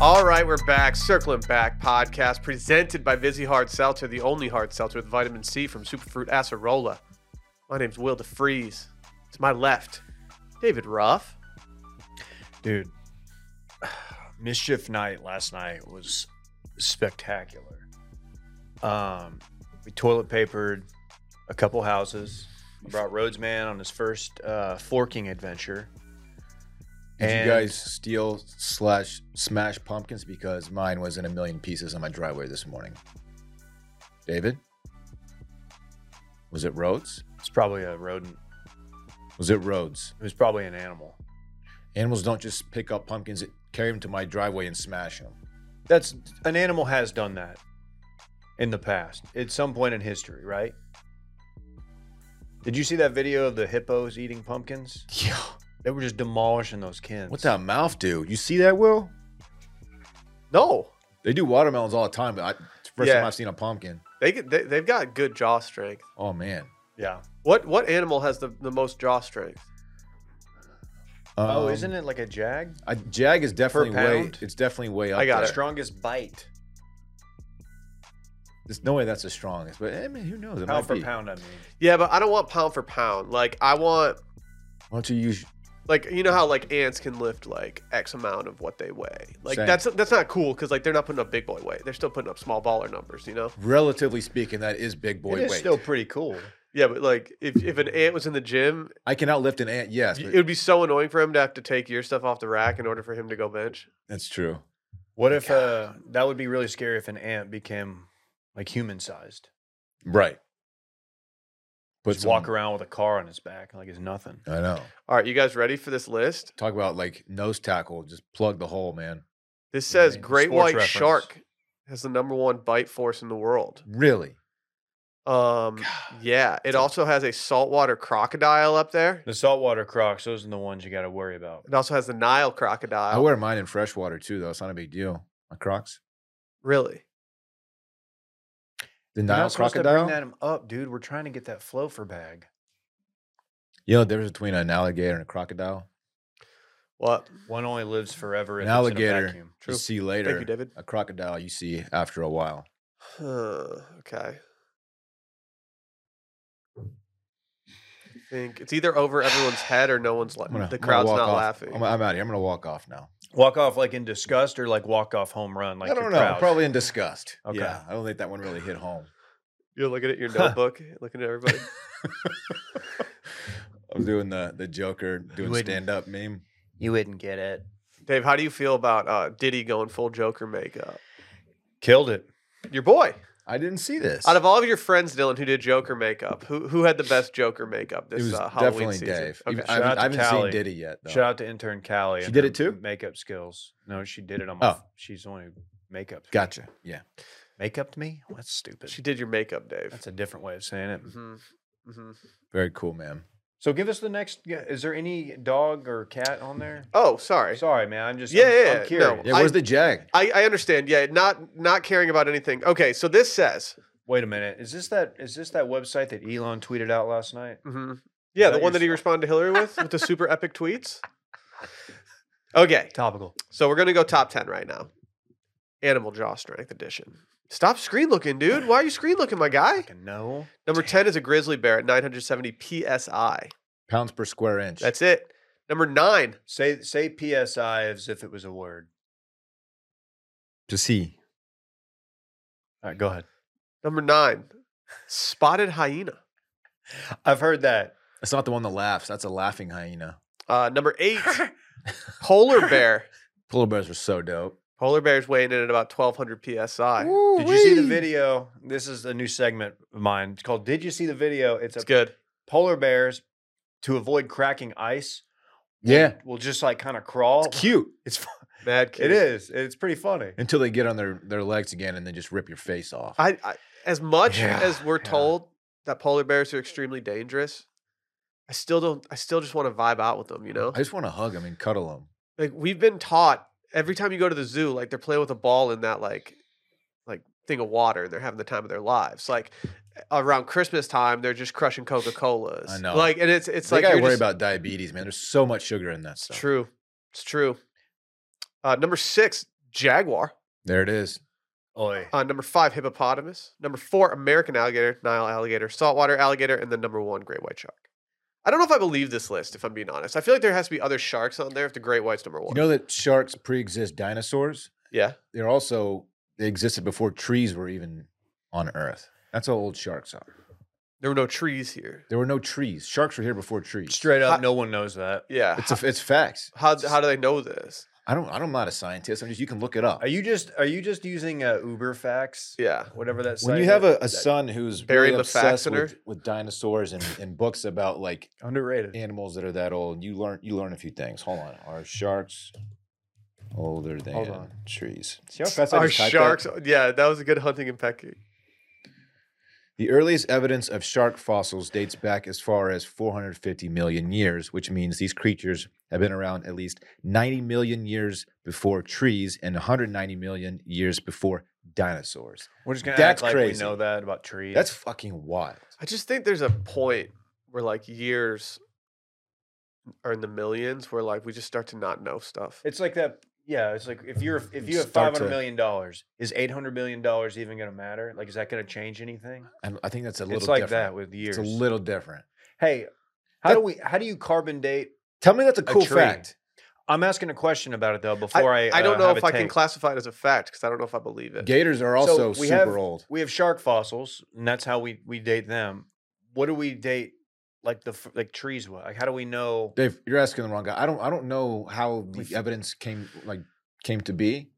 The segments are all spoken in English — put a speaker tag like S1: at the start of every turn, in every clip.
S1: All right, we're back. Circling Back podcast presented by Vizzy Hard Seltzer, the only hard seltzer with vitamin C from Superfruit Acerola. My name's Will DeFreeze. To my left, David Ruff.
S2: Dude, Mischief Night last night was spectacular. Um, we toilet papered a couple houses. I brought Rhodesman on his first uh, forking adventure.
S3: Did
S2: And-
S3: you guys steal slash smash pumpkins? Because mine was in a million pieces on my driveway this morning. David? Was it Rhodes?
S2: It's probably a rodent.
S3: Was it Rhodes?
S2: It was probably an animal.
S3: Animals don't just pick up pumpkins, carry them to my driveway and smash them.
S2: That's an animal has done that in the past at some point in history, right? Did you see that video of the hippos eating pumpkins?
S3: Yeah.
S2: They were just demolishing those kins.
S3: What's that mouth do? You see that, Will?
S1: No,
S3: They do watermelons all the time, but I, it's the first
S1: Yeah.
S3: time I've seen a pumpkin.
S1: they, get- they they've got good jaw strength.
S3: Oh, man.
S2: Yeah.
S1: What what animal has the, the most jaw strength?
S2: oh,
S3: Um,
S2: isn't it like a jag?
S3: A jag is definitely way.
S2: pound?
S3: It's definitely way up.
S1: I got
S3: there.
S1: it.
S2: Strongest bite.
S3: There's no way that's the strongest, but I mean, who knows? It
S2: Pound
S3: might
S2: for
S3: be.
S2: pound, I mean.
S1: Yeah, but I don't want pound for pound. Like I want
S3: Why don't you use?
S1: like you know how like ants can lift like X amount of what they weigh. Like
S3: Same.
S1: that's that's not cool because like they're not putting up big boy weight. They're still putting up small baller numbers. You know.
S3: Relatively speaking, that is big boy
S2: it is
S3: weight.
S2: still pretty cool.
S1: Yeah, but like if if an ant was in the gym,
S3: I can outlift an ant. Yes,
S1: y-
S3: but
S1: it would be so annoying for him to have to take your stuff off the rack in order for him to go bench.
S3: that's true.
S2: What if uh, that would be really scary if an ant became like human sized?
S3: Right. Put
S2: Just walk around with a car on his back like it's nothing.
S3: I know.
S1: All right, you guys ready for this list?
S3: Talk about like nose tackle. Just plug the hole, man.
S1: This says
S2: Right,
S1: great
S2: sports
S1: white
S2: reference.
S1: shark has the number one bite force in the world.
S3: Really?
S1: Um, yeah, it also has a saltwater crocodile up there.
S2: The saltwater crocs, those are the ones you got to worry about.
S1: It also has the Nile
S3: I
S1: crocodile.
S3: wear mine in freshwater too, though. It's not a big deal. My Crocs.
S1: really?
S3: The
S2: You're
S3: Nile
S2: not supposed to
S3: crocodile.
S2: Bring that up, dude. We're trying to get that flofer bag.
S3: You know the difference between an alligator and a crocodile?
S1: What?
S2: One only lives forever. If
S3: An
S2: it's in a
S3: alligator,
S2: vacuum.
S3: you
S1: True.
S3: see later.
S1: Thank you, David.
S3: A crocodile, you see after a while.
S1: Huh, okay. I think it's either over everyone's head or no one's la-
S3: I'm gonna-
S1: the
S3: I'm gonna
S1: crowd's
S3: walk
S1: not
S3: off.
S1: laughing.
S3: I'm, I'm out of here. I'm gonna walk off now.
S2: Walk off like in disgust or like walk off home run. Like
S3: I don't
S2: you're
S3: know.
S2: proud.
S3: Probably in disgust.
S2: Okay.
S3: Yeah, I don't think that one really hit home.
S1: You're looking at your
S2: Huh.
S1: notebook, looking at everybody.
S3: I'm doing the the Joker doing
S2: Wouldn't.
S3: stand up meme.
S2: You wouldn't get it.
S1: Dave, how do you feel about uh, Diddy going full Joker makeup?
S2: Killed it.
S1: Your boy.
S3: I didn't see this.
S1: Out of all of your friends, Dylan, who did Joker makeup, who who had the best Joker makeup
S3: it
S1: this
S3: was
S1: uh, Halloween
S3: definitely
S1: season?
S3: Dave.
S1: Okay.
S3: Even-
S2: Shout
S3: I
S2: out
S3: haven't,
S2: to
S3: I haven't
S2: Callie.
S3: seen Diddy yet. Though.
S2: Shout out to intern Callie.
S3: She
S2: and
S3: did
S2: her
S3: it too?
S2: Makeup skills. No, she did it on.
S3: Oh.
S2: My, she's the one who makeup.
S3: Gotcha. Yeah.
S2: Makeup me? That's stupid.
S1: She did your makeup, Dave.
S2: That's a different way of saying it.
S1: Mhm, mhm.
S3: Very cool, man.
S2: So give us the next. yeah, Is there any dog or cat on there?
S1: Oh, sorry.
S2: Sorry, man. I'm just.
S1: Yeah,
S2: I'm,
S1: yeah,
S2: I'm
S1: yeah, no.
S2: curious.
S3: Yeah, where's the jag?
S1: I, I understand. Yeah, not not caring about anything. Okay, so this says.
S2: Wait a minute. Is this that? Is this that website that Elon tweeted out last night?
S1: Mhm. Yeah, the
S2: Mm-hmm. that
S1: one that he
S2: your-
S1: responded to Hillary with with the super epic tweets. Okay,
S2: Topical.
S1: so we're gonna go top ten right now. Animal jaw strength edition. Stop screen looking, dude. Why are you screen looking, my guy?
S2: Fucking No.
S1: Number 10 is a grizzly bear at 970 psi.
S3: Pounds per square inch.
S1: That's it. Number 9,
S2: Say say psi as if it was a word.
S3: to see.
S2: All right, go ahead.
S1: number 9, spotted hyena.
S2: I've heard that.
S3: That's not the one that laughs. That's a laughing hyena.
S1: Uh, number 8, polar bear.
S3: Polar bears are so dope.
S1: Polar bears weighing in at about 1200 psi.
S2: Did you see the video? This is a new segment of mine. It's called "Did You See the Video?" It's
S1: It's
S2: a
S1: good.
S2: polar bears to avoid cracking ice.
S3: Yeah.
S2: will just like kind of crawl.
S3: It's cute
S2: It's fu-
S1: Mad kid.
S2: it is. It's pretty funny.
S3: until they get on their, their legs again and then just rip your face off.
S1: I, I as much
S2: Yeah,
S1: as we're
S2: yeah.
S1: told that polar bears are extremely dangerous, I still don't I still just want to vibe out with them, you know?
S3: I just want to hug them and cuddle them.
S1: Like we've been taught every time you go to the zoo, like they're playing with a ball in that like like thing of water. They're having the time of their lives. Like around Christmas time, they're just crushing Coca Colas.
S3: I know.
S1: Like and it's it's
S3: It's they
S1: like
S3: gotta
S1: you're
S3: worry
S1: just-
S3: about diabetes, man. There's so much sugar in that
S1: It's
S3: stuff.
S1: true. It's true. Uh, number six, Jaguar.
S3: There it is.
S2: Oi.
S1: Uh, number five, hippopotamus. Number four, American alligator, Nile alligator, saltwater alligator, and then number one, great white shark. I don't know if I believe this list, if I'm being honest. I feel like there has to be other sharks on there if the great white's number
S3: You
S1: one.
S3: know that sharks pre-exist dinosaurs?
S1: yeah.
S3: They're also they existed before trees were even on Earth. That's how old sharks are.
S1: There were no trees here.
S3: There were no trees. Sharks were here before trees.
S2: Straight up,
S1: Hi-
S2: no one knows that.
S1: Yeah.
S3: It's a, it's facts.
S1: how, how do they know this?
S3: I don't. I don't- I'm not a scientist. I'm just. You can look it up.
S2: Are you just are you just using uh, Uber facts?
S1: Yeah.
S2: Whatever that.
S3: when
S2: site
S3: you have a,
S2: that-
S3: a
S2: that-
S3: son who's
S1: Barry
S3: really obsessed
S1: LeFaxener?
S3: with, with dinosaurs and, and books about like
S2: underrated.
S3: animals that are that old, you learn you learn a few things. Hold on, are sharks older than
S2: on.
S3: trees? See how fast I
S1: Are
S3: just typed that?
S1: sharks? Yeah, that was a good hunting and pecking.
S3: The earliest evidence of shark fossils dates back as far as 450 million years, which means these creatures have been around at least 90 million years before trees and 190 million years before dinosaurs.
S2: We're just gonna act
S3: That's
S2: like
S3: crazy.
S2: we know that about trees.
S3: That's fucking wild.
S1: I just think there's a point where like years are in the millions where like we just start to not know stuff.
S2: it's like that. Yeah, it's like if you're if you have
S3: Start
S2: five
S3: to-
S2: hundred million dollars, is eight hundred million dollars even gonna matter? Like, is that gonna change anything?
S3: I'm- I think that's a little
S2: It's like that
S3: different.
S2: with years.
S3: It's a little different.
S2: hey, how
S3: That-
S2: do we? How do you carbon date?
S3: Tell me that's a cool
S2: tree.
S3: fact.
S2: I'm asking a question about it though. Before I,
S1: I don't
S2: uh,
S1: know
S2: have
S1: if
S2: a
S1: I can
S2: take.
S1: classify it as a fact because I don't know if I believe it.
S3: Gators are also
S2: So we
S3: super
S2: have-
S3: old.
S2: we have shark fossils, and that's how we we date them. What do we date? Like the f- like trees? What? Like how do we know?
S3: Dave, you're asking the wrong guy. I don't I don't know how the
S2: We've-
S3: evidence came like came to be.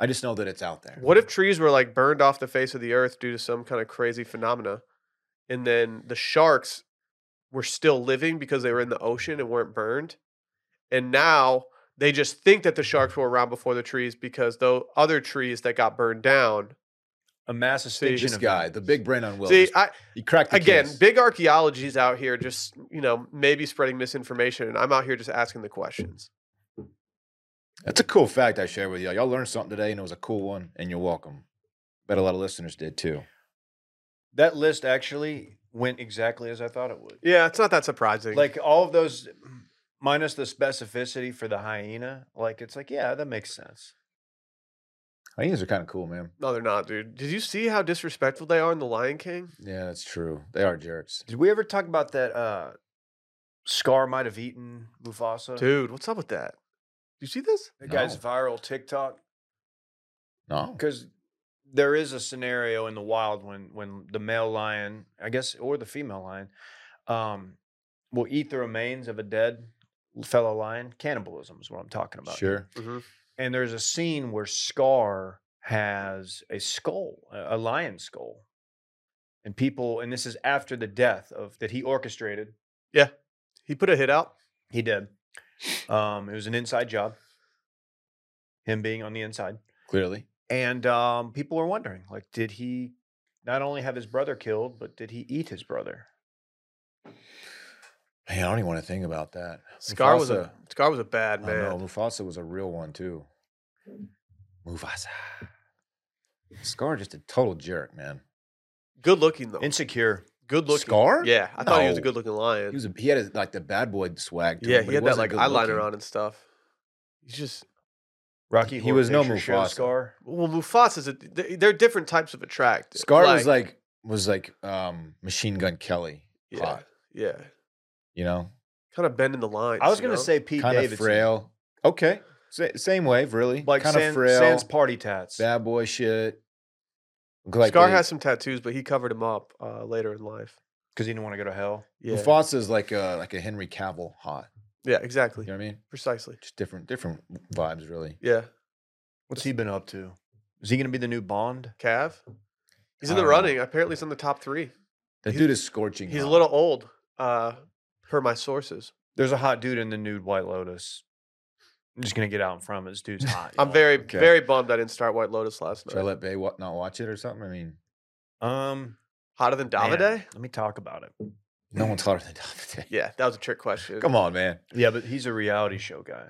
S3: I just know that it's out there.
S1: What if trees were like burned off the face of the earth due to some kind of crazy phenomena, and then the sharks were still living because they were in the ocean and weren't burned, and now they just think that the sharks were around before the trees because though other trees that got burned down.
S2: A mass extinction.
S3: this
S2: of
S3: guy,
S2: humans.
S3: the big brain on Will,
S1: See,
S3: just-
S1: I,
S3: he cracked the
S1: again,
S3: case.
S1: big archaeology's out here just, you know, maybe spreading misinformation, and I'm out here just asking the questions.
S3: That's a cool fact I shared with y'all. Y'all learned something today, and it was a cool one. And you're welcome. Bet a lot of listeners did too.
S2: That list actually went exactly as I thought it would.
S1: Yeah, it's not that surprising.
S2: Like all of those, minus the specificity for the hyena. Like it's like yeah, that makes sense.
S3: Hyenas are kind of cool, man.
S1: no, they're not, dude. Did you see how disrespectful they are in The Lion King?
S3: Yeah, that's true. They are jerks.
S2: Did we ever talk about that? uh Scar might have eaten Mufasa.
S1: Dude, what's up with that? Do you see this?
S2: That guy's
S3: No.
S2: viral TikTok.
S3: No,
S2: because there is a scenario in the wild when when the male lion, I guess, or the female lion, um, will eat the remains of a dead fellow lion. Cannibalism is what I'm talking about.
S3: sure.
S2: And there's a scene where Scar has a skull, a a lion skull, and people, and this is after the death of that he orchestrated.
S1: He put a hit out.
S2: He did. Um, it was an inside job. Him being on the inside.
S3: Clearly,
S2: And um, people were wondering, like, did he not only have his brother killed, but did he eat his brother?
S3: man, I don't even want to think about that.
S1: Scar was a Scar was a bad
S3: I know
S1: man.
S3: Mufasa was a real one too. Mufasa. Scar just a total jerk, man.
S1: Good looking though.
S3: Oh.
S2: Insecure.
S1: good looking.
S3: Scar?
S1: Yeah, I thought he was a
S3: No.
S1: good looking
S3: He
S1: lion.
S3: was a, he had his, like the bad boy swag. To
S1: yeah,
S3: him, but
S1: he had that
S3: wasn't
S1: like
S3: good
S1: eyeliner
S3: looking.
S1: on and stuff. He's just
S2: Rocky.
S3: He
S2: Horror
S3: was no
S2: Picture Show
S3: Mufasa.
S2: Scar.
S1: well, Mufasa's a, they- they're different types of attract.
S3: Scar was like was like um, Machine Gun Kelly.
S1: yeah,
S3: hot,
S1: yeah,
S3: you know,
S1: kind of bending the lines.
S2: I was
S1: you
S2: gonna
S1: know?
S2: say Pete
S3: kind of
S2: Davidson,
S3: frail. Okay, Sa- same wave, really.
S2: like
S3: kind of
S2: San-
S3: frail.
S2: Sans party tats.
S3: bad boy shit. Look like
S1: Scar
S3: they-
S1: has some tattoos, but he covered them up uh, later in life.
S2: because he didn't want to go to hell.
S1: Yeah,
S3: Mufasa's like a like a Henry Cavill hot.
S1: yeah,
S3: You
S1: exactly,
S3: know what I mean?
S1: precisely.
S3: Just different different vibes, really.
S1: Yeah,
S2: What's he been up to? Is he gonna be the new Bond?
S1: Cav. He's in
S3: I
S1: the
S3: don't know.
S1: running. Apparently, he's in the top three.
S3: That
S1: He's-
S3: dude is scorching.
S1: He's a
S3: hot.
S1: little old, uh, per my sources.
S2: There's a hot dude in the nude White Lotus. I'm just gonna get out in front of it. This dude's hot.
S1: I'm
S2: y'all.
S1: very,
S3: okay.
S1: very bummed I didn't start White Lotus last
S3: Should I
S1: night.
S3: let Bay wa- not watch it or something? I mean,
S2: um.
S1: Hotter than
S2: man,
S1: Davide?
S2: Let me talk about it.
S3: no one's hotter than Davide.
S1: Yeah, that was a trick question.
S3: Come on, man.
S2: Yeah, but he's a reality show guy.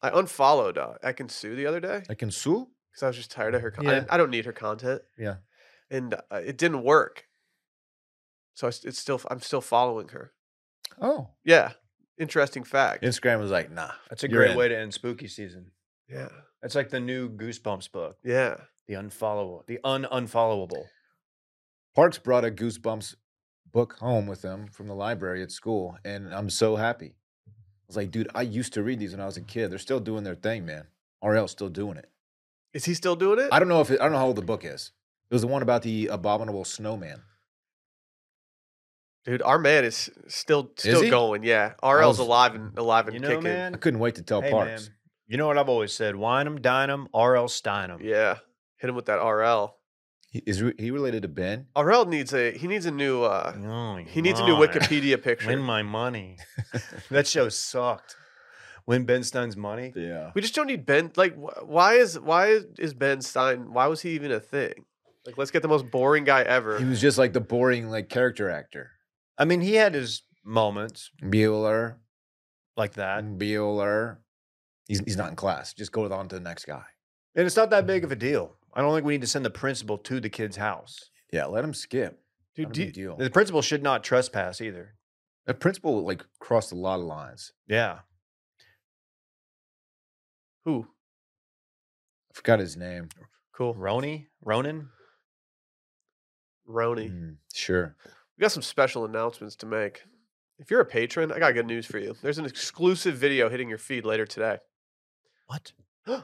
S1: I unfollowed uh, Ekin Sue the other day
S3: Like in Sue?
S1: because I was just tired of her. Con- I,
S2: Yeah.
S1: didn't- I don't need her content.
S3: Yeah.
S1: and uh, it didn't work. So I s- it's still I'm still following her.
S3: Oh.
S1: Yeah, interesting fact.
S3: Instagram was like, nah.
S2: That's a
S3: you're
S2: great
S3: in.
S2: way to end spooky season.
S1: yeah,
S2: That's like the new Goosebumps book,
S1: Yeah.
S2: the unfollowable, the un-unfollowable.
S3: Parks brought a Goosebumps book home with him from the library at school, and I'm so happy. I was like, dude, I used to read these when I was a kid. They're still doing their thing, man. RL's still doing it.
S1: Is he still doing it?
S3: I don't know if it, I don't know how old the book is. It was the one about the abominable snowman.
S1: Dude, our man is still still
S3: he?
S1: going. Yeah. RL's
S3: was-
S1: alive and alive and
S2: You know,
S1: kicking.
S3: I
S2: man.
S3: couldn't wait to tell
S2: Hey,
S3: Parks.
S2: man. You know what I've always said: wine 'em, dine 'em, RL Stein
S3: Um
S2: 'em.
S1: Yeah. Hit him with that RL.
S3: He, is re- he related to Ben?
S1: RL needs a he needs a new uh
S2: Oh,
S1: he needs a new
S2: my.
S1: Wikipedia picture.
S2: Win my money. that show sucked. Win Ben Stein's money.
S3: Yeah.
S1: We just don't need Ben. Like, wh- why is why is- is Ben Stein? Why was he even a thing? Like, let's get the most boring guy
S3: He
S1: ever.
S3: was just like the boring like character actor.
S2: I mean, he had his moments
S3: Bueller,
S2: like
S1: Mm.
S2: that,
S3: Bueller. He's, he's not in class. Just go on to the next guy.
S2: and it's not that big of a deal. I don't think we need to send the principal to the kid's house.
S3: Yeah, let him skip.
S1: Dude,
S3: Not a
S1: do,
S3: big deal.
S2: The principal should not trespass either.
S3: The principal like crossed a lot of lines.
S2: Yeah,
S1: who?
S3: I forgot his name.
S1: Cool.
S2: Roni, Ronan.
S1: Roni.
S3: Mm, sure.
S1: We got some special announcements to make. If you're a patron, I got good news for you. There's an exclusive video hitting your feed later today.
S2: What?
S3: I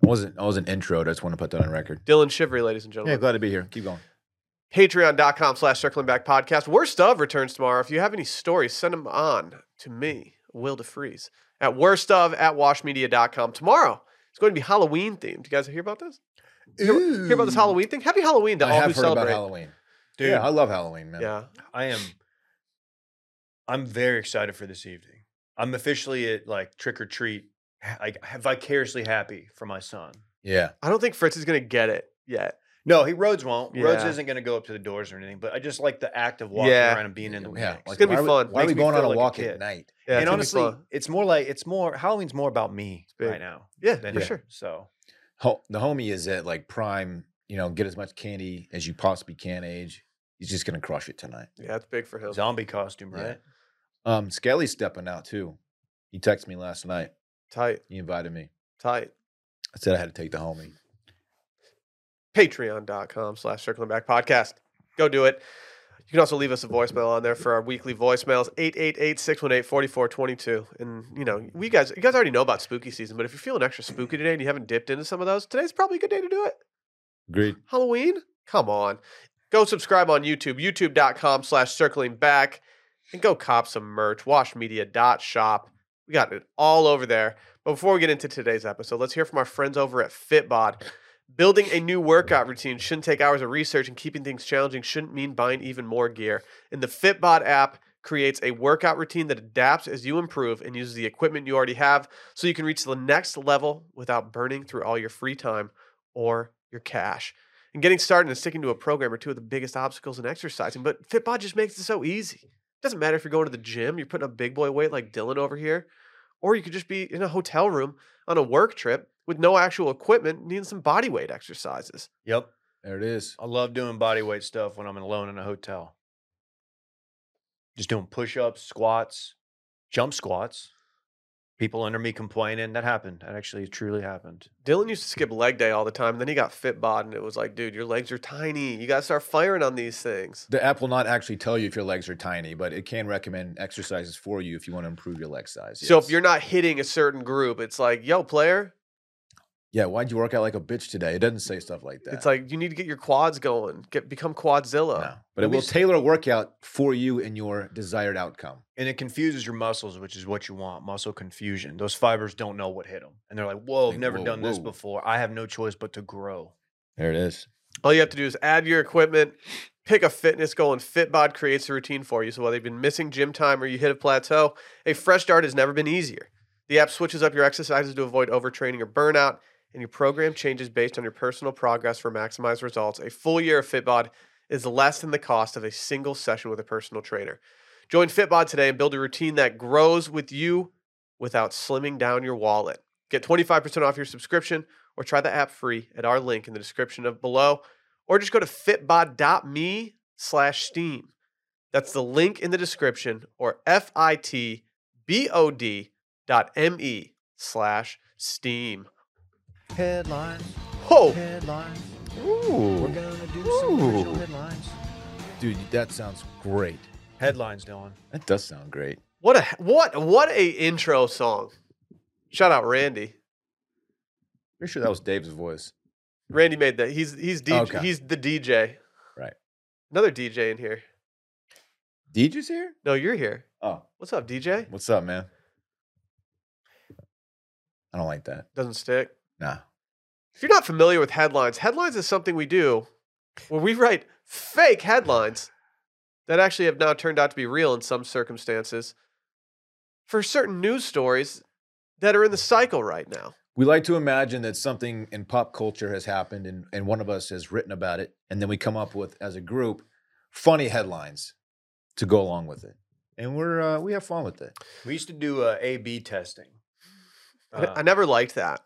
S3: wasn't I wasn't introed. I just want to put that on record.
S1: Dylan Shivery, ladies and
S3: Yeah,
S1: gentlemen.
S3: glad to be here. Keep going.
S1: Patreon.com slash circling back podcast. Worst of returns tomorrow. If you have any stories, send them on to me, Will DeFreeze, at worst of at washmedia.com. Tomorrow, it's going to be Halloween themed. You guys hear about this? Hear, hear about this
S2: Ooh.
S1: Halloween thing? Happy Halloween to
S3: I
S1: all
S3: have
S1: who
S3: heard
S1: celebrate.
S3: about Halloween.
S2: dude?
S3: Yeah, I love Halloween, man.
S1: Yeah.
S2: I am. I'm very excited for this evening. I'm officially at like trick or treat, like vicariously happy for my son.
S3: Yeah.
S1: I don't think Fritz is going to get it yet.
S2: No, he Rhodes won't. Rhodes
S1: Yeah.
S2: isn't going to go up to the doors or anything. But I just like the act of walking
S1: Yeah.
S2: around and being in the
S3: yeah.
S2: mix.
S3: like,
S1: gonna be
S3: why are we-
S1: fun.
S3: Why are
S2: Makes
S3: we
S2: me
S3: going on
S2: feel
S3: a
S2: like a
S3: walk
S2: kid.
S3: at night?
S1: Yeah,
S2: and
S1: it's
S2: honestly,
S1: gonna be fun.
S2: it's more like it's more Halloween's more about me
S1: big.
S2: right now
S1: yeah,
S2: than
S1: for
S2: him,
S1: sure.
S2: So
S3: Ho- the homie is at like prime, you know, get as much candy as you possibly can age. He's just gonna crush it tonight.
S1: Yeah, it's big for him.
S2: zombie costume,
S3: Yeah.
S2: right?
S3: Um, Skelly's stepping out too. He texted me last night.
S1: Tight,
S3: He invited me.
S1: tight.
S3: I said I had to take the homie.
S1: patreon.com slash circling back podcast go do it you can also leave us a voicemail on there for our weekly voicemails 888-618-4422 and you know we guys you guys already know about spooky season but if you're feeling extra spooky today and you haven't dipped into some of those today's probably a good day to do it
S3: Agreed.
S1: halloween come on go subscribe on youtube youtube.com slash circling back and go cop some merch washmedia.shop we got it all over there but before we get into today's episode let's hear from our friends over at fitbod Building a new workout routine shouldn't take hours of research, and keeping things challenging shouldn't mean buying even more gear. And the Fitbod app creates a workout routine that adapts as you improve and uses the equipment you already have so you can reach the next level without burning through all your free time or your cash. And getting started and sticking to a program are two of the biggest obstacles in exercising, but Fitbod just makes it so easy. doesn't matter if you're going to the gym, you're putting up big boy weight like Dylan over here, or you could just be in a hotel room on a work trip with no actual equipment, needing some body weight exercises.
S2: Yep.
S3: There it is.
S2: I love doing body weight stuff when I'm alone in a hotel. Just doing push ups, squats, jump squats. People under me complaining. That happened. That actually truly happened.
S1: Dylan used to skip leg day all the time. Then he got fit bod, and it was like, dude, your legs are tiny. You got to start firing on these things.
S3: The app will not actually tell you if your legs are tiny, but it can recommend exercises for you if you want to improve your leg size.
S1: So if
S3: yes.
S1: you're not hitting a certain group, it's like, yo, player,
S3: yeah, why'd you work out like a bitch today? It doesn't say stuff like that.
S1: it's like uh, you need to get your quads going, get become quadzilla.
S3: no. but it
S2: let me
S3: will
S2: s-
S3: tailor a workout for you and your desired outcome.
S2: And it confuses your muscles, which is what you want muscle confusion. Those fibers don't know what hit them. And they're like, whoa, I've
S3: Like,
S2: never
S3: whoa,
S2: done this
S3: whoa.
S2: before. I have no choice but to grow.
S3: There it is.
S1: All you have to do is add your equipment, pick a fitness goal, and Fitbod creates a routine for you. So whether you've been missing gym time or you hit a plateau, a fresh start has never been easier. The app switches up your exercises to avoid overtraining or burnout, and your program changes based on your personal progress for maximized results. A full year of Fitbod is less than the cost of a single session with a personal trainer. Join Fitbod today and build a routine that grows with you without slimming down your wallet. Get 25% off your subscription or try the app free at our link in the description of below or just go to fitbod.me slash steam. That's the link in the description or F-I-T-B-O-D dot M-E slash E steam.
S2: Headlines.
S1: Ho!
S2: Headlines. We're
S3: Ooh.
S2: gonna do
S3: Ooh.
S2: some original headlines.
S3: Dude, that sounds great.
S2: Headlines, Dylan.
S3: That does sound great.
S1: What a what what a intro song. Shout out Randy.
S3: Pretty sure that was Dave's voice.
S1: Randy made that. He's he's DJ,
S3: Okay.
S1: he's the DJ.
S3: Right.
S1: Another DJ in here.
S3: DJ's here?
S1: No, you're here.
S3: Oh,
S1: What's up, DJ?
S3: what's up, man? I don't like that.
S1: Doesn't stick.
S3: Nah.
S1: If you're not familiar with headlines, headlines is something we do where we write fake headlines that actually have now turned out to be real in some circumstances for certain news stories that are in the cycle right now.
S3: We like to imagine that something in pop culture has happened and, and one of us has written about it. And then we come up with, as a group, funny headlines to go along with it. And we're uh, we have fun with it.
S2: We used to do uh, A/B testing.
S1: I-
S3: Ah.
S1: I
S2: Uh,
S1: never liked that.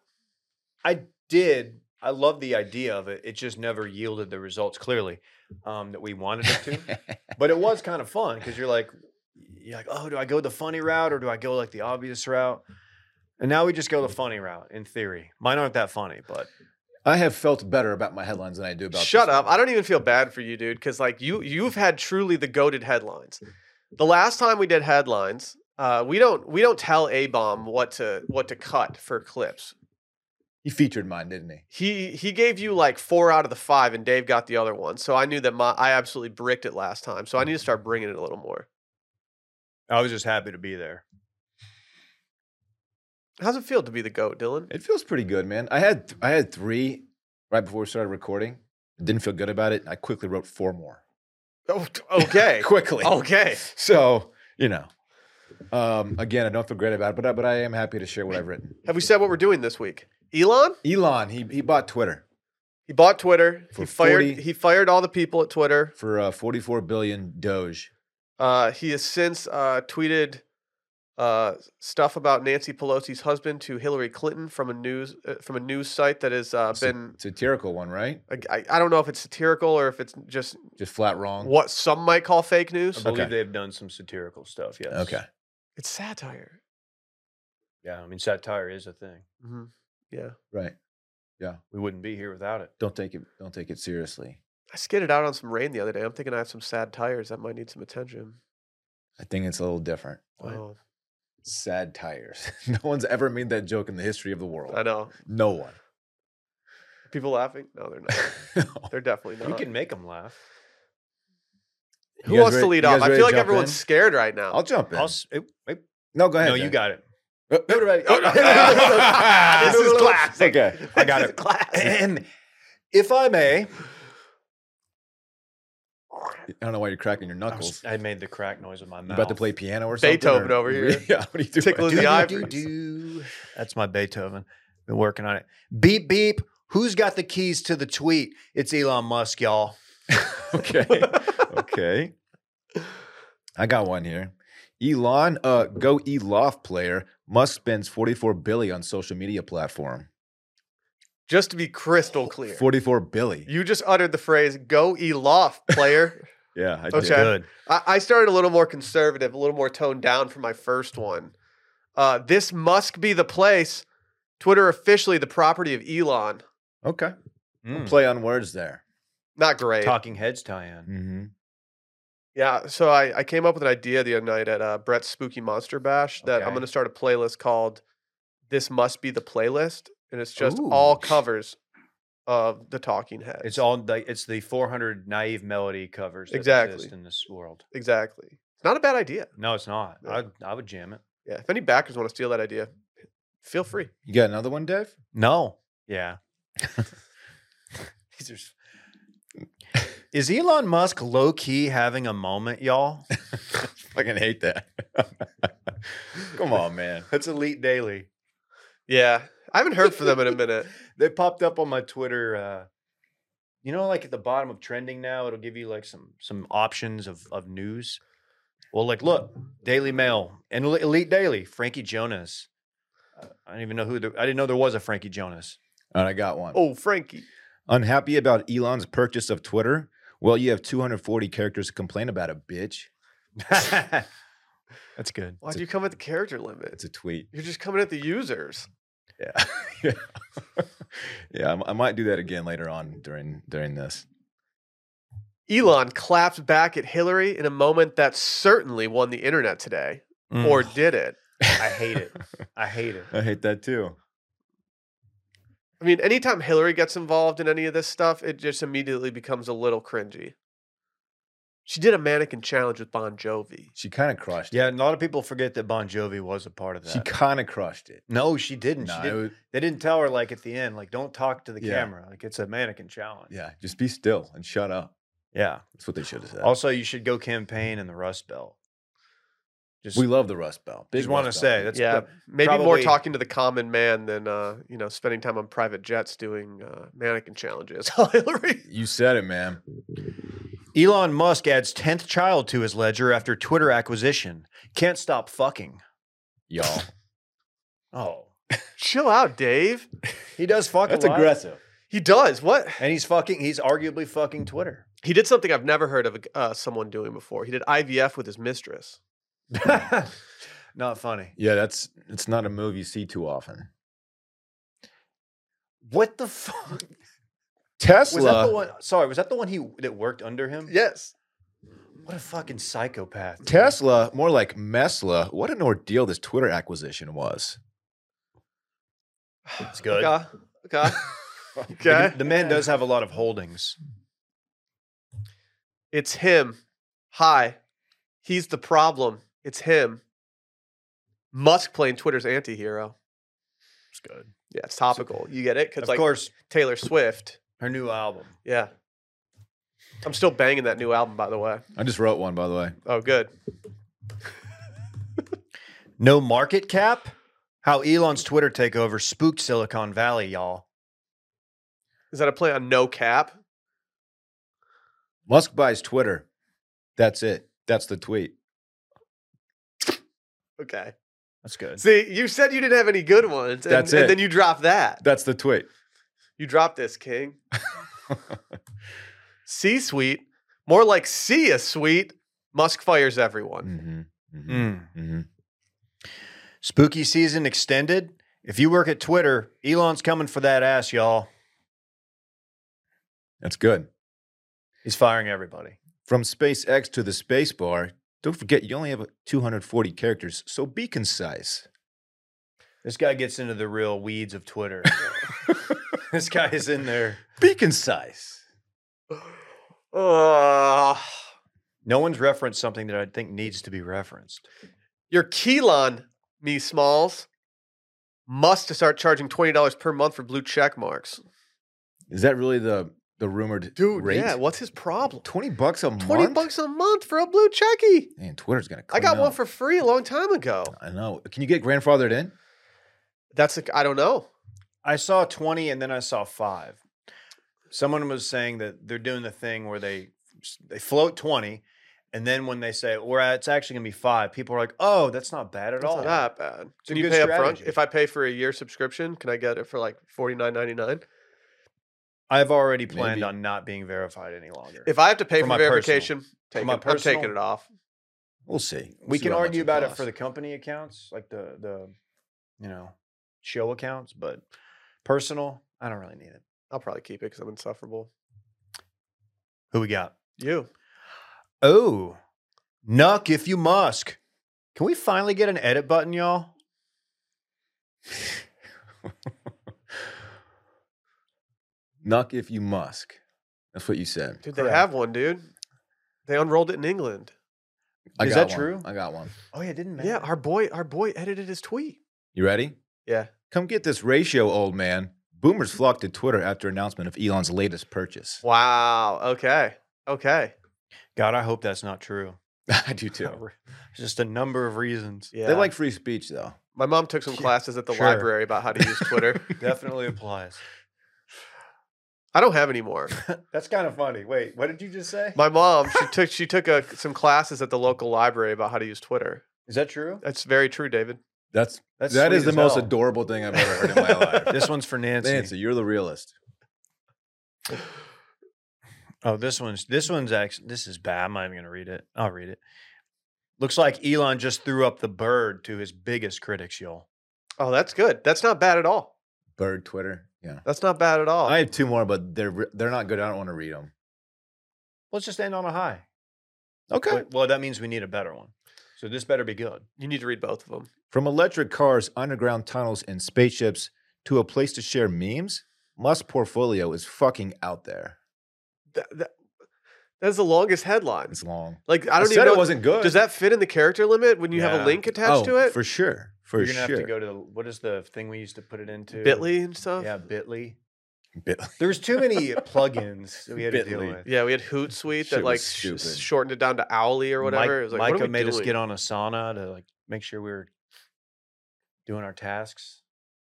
S2: I did. I love the idea of it. It just never yielded the results clearly um, that we wanted it to. but it was kind of fun because you're like, you're like, oh, do I go the funny route or do I go like the obvious route? And now we just go the funny route in theory. Mine aren't that funny, but
S3: I have felt better about my headlines than I do about
S1: Shut
S3: this
S1: up.
S3: one.
S1: I don't even feel bad for you, dude, because like you you've had truly the goaded headlines. The last time we did headlines, uh, we don't we don't tell A bomb what to what to cut for clips.
S3: He featured mine, didn't he?
S1: He he gave you like four out of the five, and Dave got the other one. So I knew that my I absolutely bricked it last time. So I need to start bringing it a little more.
S2: I was just happy to be there.
S1: How's it feel to be the goat, Dylan?
S3: It feels pretty good, man. I had I had three right before we started recording. I didn't feel good about it. and I quickly wrote four more.
S1: Oh, okay, Oh.
S3: Quickly.
S1: okay.
S3: So you know, um, again, I don't feel great about it, but I, but I am happy to share what I've written.
S1: Have we said what we're doing this week? Elon
S3: Elon, he he bought Twitter
S1: he bought Twitter.
S3: For
S1: he fired
S3: 40
S1: he fired all the people at Twitter.
S3: for uh, forty four billion Doge.
S1: Uh, he has since uh, tweeted uh, stuff about Nancy Pelosi's husband to Hillary Clinton from a news uh, from a news site that has uh,
S3: So-
S1: been.
S3: Satirical one, right?
S1: I, I- I don't know if it's satirical or if it's just
S3: Just flat wrong.
S1: what some might call fake
S2: I
S1: news.
S2: believe
S3: Okay.
S2: they've done some satirical stuff. Yes.
S3: Okay.
S1: It's satire.
S2: Yeah. I mean, satire is a thing.
S3: Mm-hmm.
S1: hmm Yeah,
S3: Right.
S2: We wouldn't be here without it.
S3: Don't take it. Don't take it seriously.
S1: I skidded out on some rain the other day. I'm thinking I have some sad tires that might need some attention.
S3: I think it's a little different.
S1: Oh,
S3: Sad tires. no one's ever made that joke in the history of the world.
S1: I know.
S3: No one.
S1: People laughing? No, they're not. They're definitely
S2: We
S1: not.
S2: can make them laugh.
S1: Who
S3: You guys
S1: wants to
S3: ready-
S1: lead
S3: you
S1: off?
S3: guys
S1: I
S3: ready
S1: feel
S3: to
S1: like
S3: jump
S1: everyone's
S3: in?
S1: scared right now.
S3: I'll jump in.
S2: I'll s- it- it-
S3: no, go ahead.
S2: no, you
S3: Jack.
S2: got it.
S3: Oh, everybody.
S1: This is classic.
S3: Okay.
S2: I got
S1: This is
S2: it.
S1: classic.
S2: if I may,
S3: I don't know why you're cracking your
S2: I, was-
S3: knuckles.
S2: I made the crack noise with my
S3: You
S2: mouth.
S3: about to play piano or something?
S1: Beethoven
S3: or-
S1: over here.
S3: yeah, what are you doing?
S1: Tickling
S2: Do,
S1: the
S2: do,
S1: eye.
S2: do,
S1: ivories.
S2: do. That's my Beethoven. Been working on it. Beep beep. Who's got the keys to the tweet? It's Elon Musk, y'all.
S3: okay. Okay. I got one here. Elon, uh, go Elof player must spends 44 billy on social media platform.
S1: Just to be crystal clear,
S3: 44 billy.
S1: you just uttered the phrase "Go Elof, player."
S3: Yeah, I
S1: Okay.
S3: did.
S2: Good.
S1: I, I started a little more conservative, a little more toned down for my first one. Uh, this must be the place. Twitter officially the property of Elon.
S3: Okay.
S2: Mm.
S3: Play on words there.
S1: Not great.
S2: Talking Heads tie-in.
S3: Mm-hmm.
S1: Yeah. So I, I came up with an idea the other night at uh, Brett's Spooky Monster Bash that I'm
S2: Okay.
S1: going to start a playlist called "This Must Be the Playlist," and it's just
S2: Ooh.
S1: all covers of the Talking Heads.
S2: It's all the it's the 400 naive melody covers that
S1: Exactly.
S2: exist in this world.
S1: exactly. It's not a bad idea.
S2: No, it's not.
S1: Yeah.
S2: I I would jam it.
S1: Yeah. If any backers want to steal that idea, feel free.
S3: You got another one, Dave?
S2: No. Yeah. These are. s- Is Elon Musk low key having a moment, y'all?
S3: Fucking hate that. Come on, man.
S2: That's Elite Daily.
S1: Yeah. I haven't heard from them in a minute.
S2: They popped up on my Twitter. Uh, you know, like at the bottom of trending now, it'll give you like some some options of of news. Well, like look, Daily Mail and El- Elite Daily, Frankie Jonas. Uh, I don't even know who. The, I didn't know there was a Frankie Jonas.
S3: All right, I got one.
S1: Oh, Frankie.
S3: Unhappy about Elon's purchase of Twitter? Well, you have 240 characters to complain about it, bitch.
S2: That's good.
S1: Why'd
S3: It's a-
S1: you come at the character limit?
S3: It's a tweet.
S1: You're just coming at the users.
S3: Yeah. yeah, I, I might do that again later on during during this.
S1: Elon claps back at Hillary in a moment that certainly won the internet today, or
S2: Mm.
S1: did it?
S2: I hate it. I hate it.
S3: I hate that too.
S1: I mean, anytime Hillary gets involved in any of this stuff, it just immediately becomes a little cringy. She did a mannequin challenge with Bon Jovi.
S3: She kind of crushed
S2: Yeah, and a lot of people forget that Bon Jovi was a part of that.
S3: it. She kind of crushed it.
S2: no, Mm, she didn't.
S3: Nah,
S2: she
S3: it
S2: didn't.
S3: was-
S2: They didn't tell her like at the end, like don't talk to the
S3: Yeah.
S2: camera. Like it's a mannequin challenge.
S3: yeah, just be still and shut up.
S2: Yeah.
S3: That's what they should have said.
S2: Also, you should go campaign in the Rust Belt. Just
S3: we love the Rust Belt. Big
S2: just want to
S3: Rust Belt
S2: say
S3: people.
S2: that's
S1: yeah,
S2: the-
S1: maybe more
S2: probably-
S1: talking to the common man than uh, you know spending time on private jets doing uh, mannequin challenges. Oh, Hillary,
S3: you said it, man.
S2: Elon Musk adds 10th child to his ledger after Twitter acquisition. Can't stop fucking.
S3: Y'all,
S2: Oh.
S1: chill out, Dave.
S2: He does fuck
S3: that's
S2: a lot.
S3: aggressive.
S1: He does what?
S2: And he's fucking he's arguably fucking Twitter.
S1: He did something I've never heard of uh, someone doing before. He did IVF with his mistress.
S2: Not funny.
S3: Yeah, that's it's not a move you see too often.
S2: What the fuck?
S3: Tesla.
S2: Was that the one? Sorry, was that the one he that worked under him?
S1: Yes,
S2: What a fucking psychopath. dude.
S3: Tesla, more like Mesla. What an ordeal this Twitter acquisition was.
S2: It's good.
S1: Okay. Okay.
S2: The,
S1: okay.
S2: the man does have a lot of holdings.
S1: It's him. Hi. He's the problem. It's him. Musk playing Twitter's anti hero.
S2: It's good.
S1: Yeah, it's topical. You get it? Because,
S2: of
S1: like,
S2: course,
S1: Taylor Swift.
S2: her new album.
S1: Yeah. I'm still banging that new album, by the way.
S3: I just wrote one, by the way.
S1: Oh, good.
S2: No market cap? How Elon's Twitter takeover spooked Silicon Valley, y'all.
S1: Is that a play on No Cap?
S3: Musk buys Twitter. That's it. That's the tweet.
S1: Okay.
S2: That's good.
S1: See, you said you didn't have any good ones. And,
S3: That's
S1: and
S3: it.
S1: then you dropped that.
S3: That's the tweet.
S1: You dropped this, King. C suite. More like see a suite. Musk fires everyone.
S3: Mm-hmm. Mm-hmm.
S1: Hmm.
S2: Mm.
S3: Mm-hmm.
S2: Spooky season extended. If you work at Twitter, Elon's coming for that ass, y'all.
S3: That's good.
S2: He's firing everybody.
S3: From SpaceX to the space bar, don't forget you only have 240 characters, so be concise.
S2: This guy gets into the real weeds of Twitter. this guy is in there.
S3: Be concise.
S1: Ugh.
S2: No one's referenced something that I think needs to be referenced.
S1: your Keelan, me Smalls, must to start charging twenty dollars per month for blue check marks.
S3: Is that really the the rumored
S1: Dude,
S3: rate?
S1: yeah, what's his problem?
S3: 20 bucks a month.
S1: Twenty bucks a month for a blue checky.
S3: Man, Twitter's gonna.
S1: I
S3: Clean
S1: got one
S3: up.
S1: for free a long time ago.
S3: I know. Can you get grandfathered in?
S1: That's I I don't know.
S2: I saw 20 and then I saw 5. Someone was saying that they're doing the thing where they they float 20 and then when they say, "Or it's actually going to be 5." People are like, "Oh, that's not bad at
S1: That's
S2: all."
S1: not that bad.
S2: a
S1: Can you
S2: good
S1: pay up front?
S2: strategy.
S1: If I pay for a year subscription, can I get it for like forty nine ninety nine?
S2: I've already planned
S3: Maybe.
S2: on not being verified any longer.
S1: If I have to pay
S2: For
S1: for,
S2: my personal-
S1: verification, take
S2: my
S1: it, I'm taking
S2: personal-
S1: it off.
S3: We'll see. We'll
S2: we
S3: see
S2: can
S3: how much
S2: argue about it for
S3: costs.
S2: the company accounts, like the the you know, show accounts, but personal, I don't really need it.
S1: I'll probably keep it because I'm insufferable.
S2: Who we got?
S1: You.
S2: Oh, Nuck if you Musk. Can we finally get an edit button, y'all?
S3: Knock if you Musk. That's what you said.
S1: Dude, they
S2: Correct.
S1: have one, dude. They unrolled it in England.
S3: I
S2: Is
S3: got
S2: that
S3: one.
S2: true?
S3: I got one.
S2: Oh yeah, didn't
S1: Yeah, our boy, our boy edited his tweet.
S3: You ready?
S1: Yeah.
S3: Come get this ratio, old man. Boomers flocked to Twitter after announcement of Elon's latest purchase.
S1: Wow. Okay. Okay.
S2: God, I hope that's not true.
S3: I do too.
S2: There's Just a number of reasons.
S1: Yeah.
S3: They like free speech though.
S1: my mom took some
S2: Yeah,
S1: classes at the
S2: sure.
S1: library about how to use Twitter.
S2: Definitely applies.
S1: I don't have any more.
S2: That's kind of funny. Wait, what did you just say?
S1: My mom, she took she took a, some classes at the local library about how to use Twitter.
S2: Is that true?
S1: That's very true, David.
S3: That's
S2: That's
S3: that
S2: sweet
S3: is the
S2: as
S3: most
S2: hell.
S3: adorable thing I've ever heard in my life.
S2: This one's for Nancy.
S3: Nancy, you're the realist.
S2: Oh, this one's this one's actually this is bad. I'm not even gonna read it. I'll read it. Looks like Elon just threw up the bird to his biggest critics, y'all.
S1: Oh, that's good. That's not bad at all.
S3: Bird Twitter. Yeah.
S1: That's not bad at all.
S3: I have two more, but they're re- they're not good. I don't want to read them.
S2: Let's just end on a high.
S3: Okay.
S2: Wait, Well, that means we need a better one. So this better be good.
S1: you need to read both of them.
S3: From electric cars, underground tunnels, and spaceships to a place to share memes, Musk portfolio is fucking out there.
S1: That, that, that's the longest headline.
S3: It's long.
S1: Like I don't
S3: said
S1: even know.
S3: it wasn't good.
S1: does that fit in the character limit when you have
S2: Yeah.
S1: a link attached
S3: Oh,
S1: to it?
S3: For sure. For
S2: You're gonna
S3: sure.
S2: have to go to the, what is the thing we used to put it into?
S1: Bitly and stuff.
S2: Yeah, Bitly.
S3: Bit-
S2: There was too many plugins that we had to deal
S3: Bitly.
S2: with.
S1: Yeah, we had Hootsuite
S3: Shit was
S1: that like sh-
S3: stupid.
S1: shortened it down to Owly or whatever.
S2: Mike-
S1: it was like, what are
S2: Micah
S1: we
S2: made us
S1: doing?
S2: get on Asana to like make sure we were doing our tasks.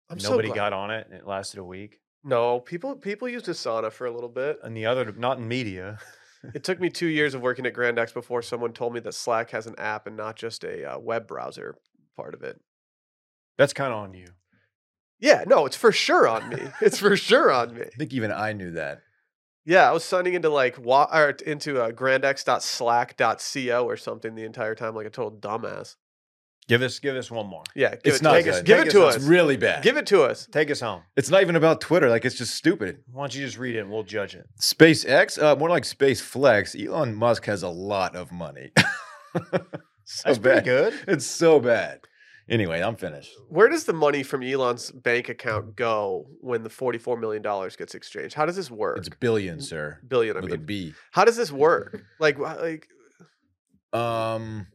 S1: I'm so
S2: Nobody
S1: glad-
S2: got on it, and it lasted a week.
S1: No, people people used Asana for a little bit.
S2: And the other, not in media.
S1: It took me two years of working at Grand X before someone told me that Slack has an app and not just a uh, web browser part of it.
S2: That's kind of on you.
S1: Yeah, no, it's for sure on me. It's for sure on me.
S3: I think even I knew that.
S1: Yeah, I was signing into like wa- or into uh, grandx.slack.co or something the entire time, like a total dumbass.
S2: Give us, give us one more.
S1: Yeah, give
S3: It's
S1: it,
S3: not
S1: take
S3: good.
S1: us, give
S2: Take
S1: it to us.
S2: us-
S3: It's really bad.
S1: Give it to us.
S2: Take us home.
S3: it's not even about Twitter. Like it's just stupid.
S2: Why don't you just read it? and We'll judge it.
S3: SpaceX, uh, more like Space Flex. Elon Musk has a lot of money. so
S2: That's pretty
S3: bad.
S2: good.
S3: It's so bad. Anyway, I'm finished.
S1: Where does the money from Elon's bank account go when the forty-four million dollars gets exchanged? How does this work?
S3: It's billion, sir,
S1: Billion, I
S3: with a
S1: mean.
S3: B.
S1: How does this work? Like, wh- like
S3: Um,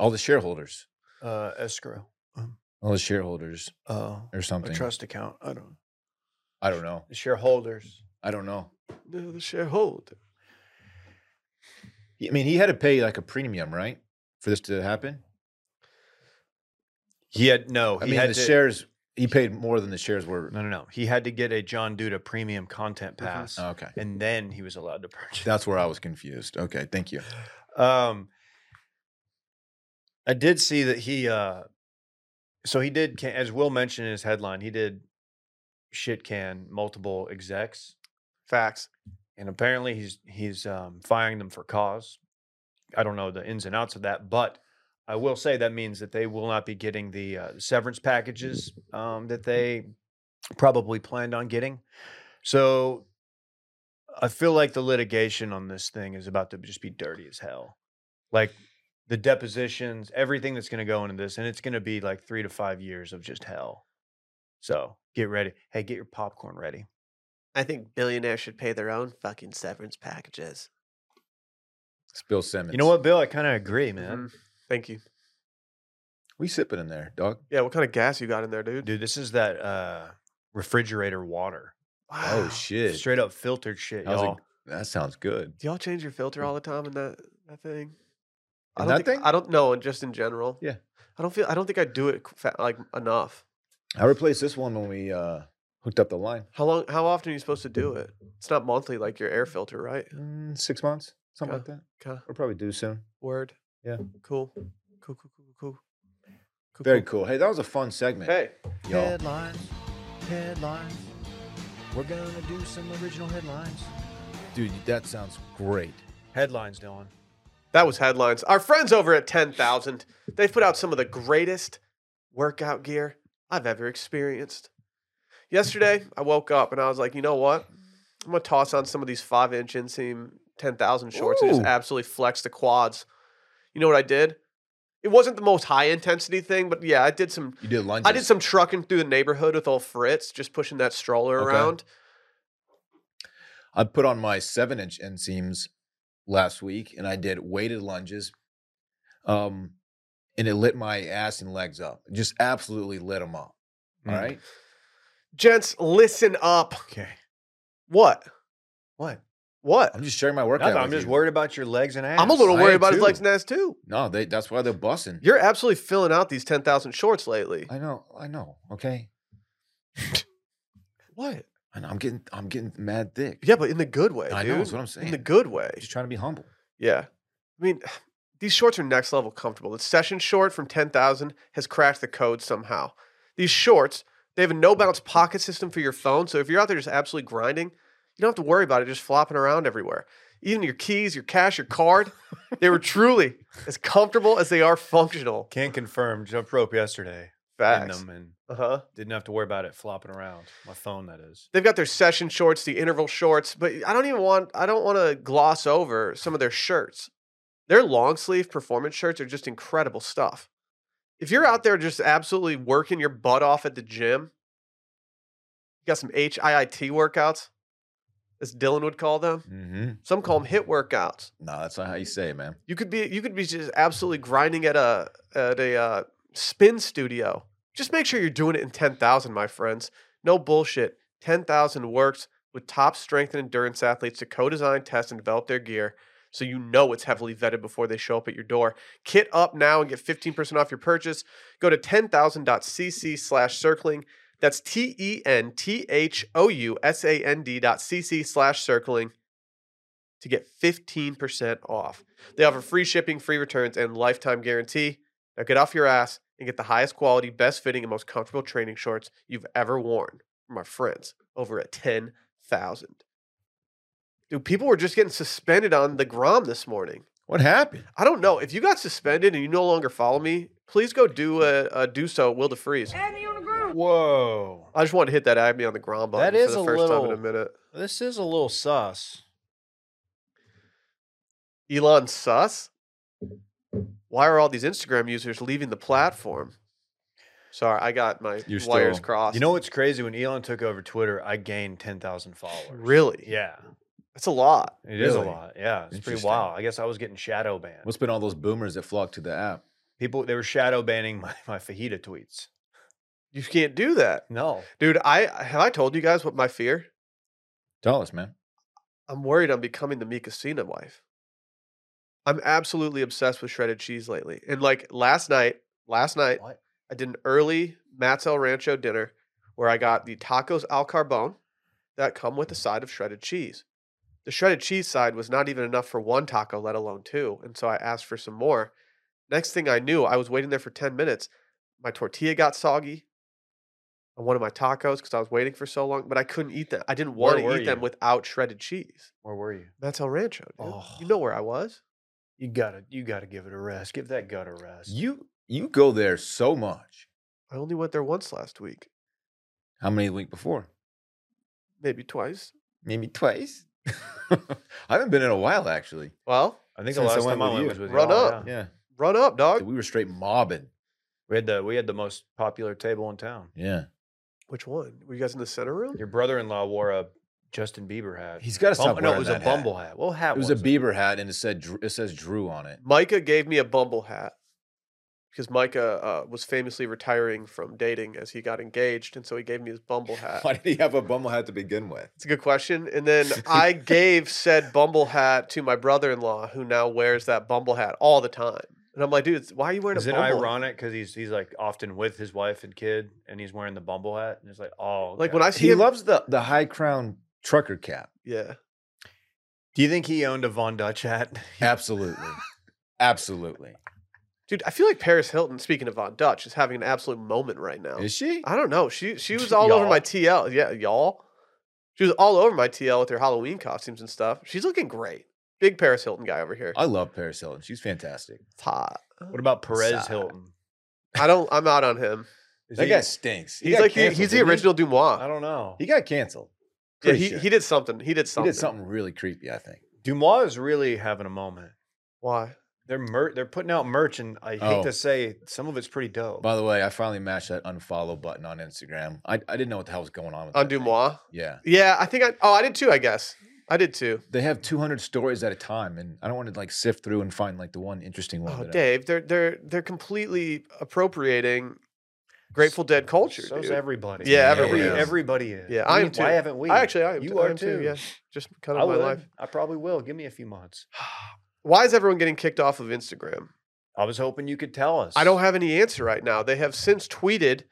S3: all the shareholders,
S2: Uh, escrow.
S3: all the shareholders,
S2: Uh,
S3: or something.
S2: account. I don't.
S3: I don't know.
S2: Shareholders.
S3: I don't know.
S1: no, the shareholder.
S3: I mean, he had to pay like a premium, right, for this to happen.
S2: He had no.
S3: I
S2: He
S3: mean,
S2: had
S3: the
S2: to,
S3: shares. He paid more than the shares were.
S2: No, no, no. He had to get a John Duda premium content pass,
S3: Okay, Oh.
S2: and then he was allowed to purchase.
S3: that's where I was confused. Okay, thank you.
S2: Um, I did see that he. Uh, so he did, ca- as Will mentioned in his headline, he did shit can multiple execs,
S1: Facts.
S2: and apparently he's he's um, firing them for cause. I don't know the ins and outs of that, but I will say that means that they will not be getting the uh, severance packages um, that they probably planned on getting. So I feel like the litigation on this thing is about to just be dirty as hell. Like the depositions, everything that's going to go into this, and it's going to be like three to five years of just hell. So get ready. Hey, get your popcorn ready.
S1: I think billionaires should pay their own fucking severance packages.
S3: It's Bill Simmons.
S2: You know what, Bill? I kind of agree, man.
S1: Mhm. Thank you.
S3: We sipping in there, dog.
S1: Yeah, what kind of gas you got in there, dude?
S2: Dude, this is that uh refrigerator water.
S3: Oh
S1: Wow.
S3: shit!
S2: Straight up filtered shit,
S3: How's it-
S2: y'all.
S3: that sounds good.
S1: Do y'all change your filter all the time in that that thing? I don't
S3: In that
S1: think,
S3: thing?
S1: I don't know, and just in general.
S3: Yeah.
S1: I don't feel. I don't think I do it fa- like enough.
S3: I replaced this one when we uh, hooked up the line.
S1: How long? How often are you supposed to do it? It's not monthly like your air filter, right?
S3: Mm, six months, something
S1: Okay.
S3: like that.
S1: Okay.
S3: We'll probably do soon.
S1: Word.
S3: Yeah.
S1: Cool. Cool. Cool. Cool. Cool. Cool. cool
S3: Very cool. Hey, that was a fun segment,
S1: Hey,
S3: y'all.
S2: Headlines. Headlines. We're gonna do some original headlines.
S3: Dude, that sounds great.
S2: Headlines, Dylan.
S1: that was headlines. Our friends over at Ten Thousand, they've put out some of the greatest workout gear I've ever experienced. Yesterday, I woke up and I was like, you know what? I'm gonna toss on some of these five-inch inseam Ten Thousand shorts and just
S3: Ooh.
S1: absolutely flex the quads. You know what I did? It wasn't the most high-intensity thing, but yeah, I did some
S3: You did lunges.
S1: I did some trucking through the neighborhood with old Fritz, just pushing that stroller
S3: Okay.
S1: around.
S3: I put on my seven inch inseams last week, and I did weighted lunges. Um, and it lit my ass and legs up. It Just absolutely lit them up. All
S2: Mm.
S3: right.
S1: Gents, listen up.
S2: Okay.
S1: What?
S2: What?
S1: What?
S3: I'm just sharing my workout.
S2: Nothing, I'm
S3: with
S2: just
S3: you.
S2: worried about your legs and ass.
S1: I'm a little
S3: I
S1: worried
S3: am
S1: about his
S3: too.
S1: legs and ass too.
S3: No, they, that's why they're bussing.
S1: You're absolutely filling out these 10,000 shorts lately.
S3: I know. I know. Okay.
S1: What?
S3: And I'm getting, I'm getting mad thick.
S1: Yeah, but in the good way,
S3: I
S1: dude.
S3: know. That's what I'm saying.
S1: in the good way.
S3: Just trying to be humble.
S1: Yeah. I mean, these shorts are next level comfortable. The session short from 10,000 has cracked the code somehow. These shorts, they have a no bounce pocket system for your phone. So if you're out there just absolutely grinding, you don't have to worry about it just flopping around everywhere. Even your keys, your cash, your card, they were truly as comfortable as they are functional.
S2: Can't confirm. Jumped rope yesterday.
S1: Facts.
S2: in them and
S1: Uh huh.
S2: didn't have to worry about it flopping around. My phone, that is.
S1: They've got their session shorts, the interval shorts, but I don't even want I don't want to gloss over some of their shirts. Their long sleeve performance shirts are just incredible stuff. If you're out there just absolutely working your butt off at the gym, you got some HIIT workouts, as Dylan would call them.
S3: Mm-hmm.
S1: Some call them hit workouts.
S3: No, that's not how you say it, man.
S1: You could be you could be just absolutely grinding at a at a uh, spin studio. Just make sure you're doing it in ten thousand, my friends. No bullshit. Ten thousand works with top strength and endurance athletes to co-design, test, and develop their gear, so you know it's heavily vetted before they show up at your door. Kit up now and get fifteen percent off your purchase. Go to ten slash circling. That's T E N T H O U S A N D dot cc slash circling to get 15% off. They offer free shipping, free returns, and lifetime guarantee. Now get off your ass and get the highest quality, best fitting, and most comfortable training shorts you've ever worn from our friends over at 10,000. Dude, people were just getting suspended on the Grom this morning.
S3: What happened?
S1: I don't know. If you got suspended and you no longer follow me, please go do a, a do so, Will DeFreeze.
S2: Whoa.
S1: I just wanted to hit that Add Me on the Grom button
S2: That is
S1: for the
S2: a
S1: first time in
S2: little-
S1: a minute.
S2: This is a little sus.
S1: Elon Sus? Why are all these Instagram users leaving the platform? Sorry, I got my
S3: You're
S1: wires
S3: still-
S1: crossed.
S2: You know what's crazy? When Elon took over Twitter, I gained 10,000 followers.
S1: really?
S2: Yeah.
S1: That's a lot.
S2: it is
S3: Really?
S2: a lot. Yeah. It's pretty
S3: Interesting.
S2: wild. I guess I was getting shadow banned.
S3: What's been all those boomers that flocked to the app?
S2: People, they were shadow banning my, my fajita tweets.
S1: You can't do that.
S2: No.
S1: Dude, I have I told you guys what my fear?
S3: Tell us, man.
S1: I'm worried I'm becoming the Mika Cena wife. I'm absolutely obsessed with shredded cheese lately. And like last night, last night
S2: What?
S1: I did an early Matt's El Rancho dinner where I got the tacos al carbone that come with a side of shredded cheese. The shredded cheese side was not even enough for one taco, let alone two. And so I asked for some more. Next thing I knew, I was waiting there for 10 minutes. My tortilla got soggy on one of my tacos because I was waiting for so long, but I couldn't eat them. I didn't
S2: Where
S1: want to
S2: were
S1: eat them
S2: you?
S1: without shredded cheese.
S2: Where were you?
S1: That's El Rancho, dude. You
S2: Oh.
S1: know where I was.
S2: You gotta, you gotta give it a rest. Give that gut a rest.
S3: You you go there so much.
S1: I only went there once last week,
S3: How many the week before?
S1: maybe twice.
S3: Maybe twice. I haven't been in a while, actually.
S1: Well,
S2: I think the
S3: Since I
S2: last
S3: went
S2: time I
S3: with
S2: went
S3: you.
S2: was with
S1: Run
S2: y'all,
S1: up.
S2: Oh, yeah. Oh.
S3: Yeah,
S1: run up,
S3: Dude,
S1: dog.
S3: we were straight mobbing.
S2: We had the, we had the most popular table in town.
S3: Yeah,
S1: Which one? Were you guys in the center room?
S2: Your brother-in-law wore a Justin Bieber hat.
S3: he's got to stop.
S2: Bum- no,
S3: wearing
S2: it was a
S3: that hat.
S2: Bumble hat. Well, hat
S3: It was a Bieber hat, and it said Dr- it says Drew on it.
S1: Micah gave me a bumble hat because Micah uh, was famously retiring from dating as he got engaged, and so he gave me his bumble hat.
S3: Why did he have a Bumble hat to begin with?
S1: It's a good question. And then I gave said bumble hat to my brother-in-law, who now wears that bumble hat all the time. And I'm like, dude, it's- why are you wearing
S2: Is
S1: a
S2: it
S1: bumble? hat?"
S2: ironic because he's he's like often with his wife and kid, and he's wearing the Bumble hat, and it's like, oh,
S1: Like
S2: okay.
S1: when I see
S3: He
S1: him,
S3: loves the the high crown trucker cap.
S1: yeah,
S2: do you think he owned a Von Dutch hat?
S3: Absolutely, absolutely.
S1: dude, I feel like Paris Hilton. Speaking of Von Dutch, is having an absolute moment right now.
S3: Is she?
S1: I don't know. She she was all over my
S2: Y'all.
S1: TL. Yeah, y'all. She was all over my TL with her Halloween costumes and stuff. She's looking great. Big Paris Hilton guy over here.
S3: I love Paris Hilton. She's fantastic.
S1: It's hot.
S2: what about Perez
S3: Sigh.
S2: Hilton?
S1: I don't. I'm out on him.
S2: Is
S3: that
S2: he-
S3: guy stinks. He
S1: He's
S3: got
S1: like the,
S3: canceled,
S1: he's the
S3: didn't he?
S1: original
S2: I
S1: Dumois.
S2: don't know.
S3: He got canceled.
S1: Yeah,
S3: Pretty
S1: he,
S3: sure.
S1: he did something. He did
S3: He
S1: something.
S3: did something really creepy. I think.
S2: Dumois is really having a moment.
S1: Why?
S2: They're mer- they're putting out merch, and I hate
S3: Oh.
S2: to say some of it's pretty dope.
S3: By the way, I finally mashed that unfollow button on Instagram. I, I didn't know what the hell was going on with
S1: On
S3: that thing.
S1: Dumois?
S3: Yeah,
S1: Yeah, I think I. Oh, I did too. I guess I did too.
S3: they have 200 stories at a time, and I don't want to like sift through and find like the one interesting one.
S1: Oh,
S3: that I-
S1: Dave, they're they're they're completely appropriating Grateful Dead culture.
S2: So's
S1: dude.
S2: everybody.
S1: Yeah,
S3: everybody
S2: everybody.
S3: is.
S2: Everybody is.
S1: Yeah, I
S2: We-
S1: am too.
S2: Why haven't we?
S1: I actually, I am
S2: you
S1: too- I
S2: are
S1: am too,
S2: too.
S1: Yeah, just kind
S2: I
S1: of my
S2: would.
S1: life.
S2: I probably will. Give me a few months.
S1: Why is everyone getting kicked off of Instagram?
S2: I was hoping you could tell us.
S1: I don't have any answer right now. They have since tweeted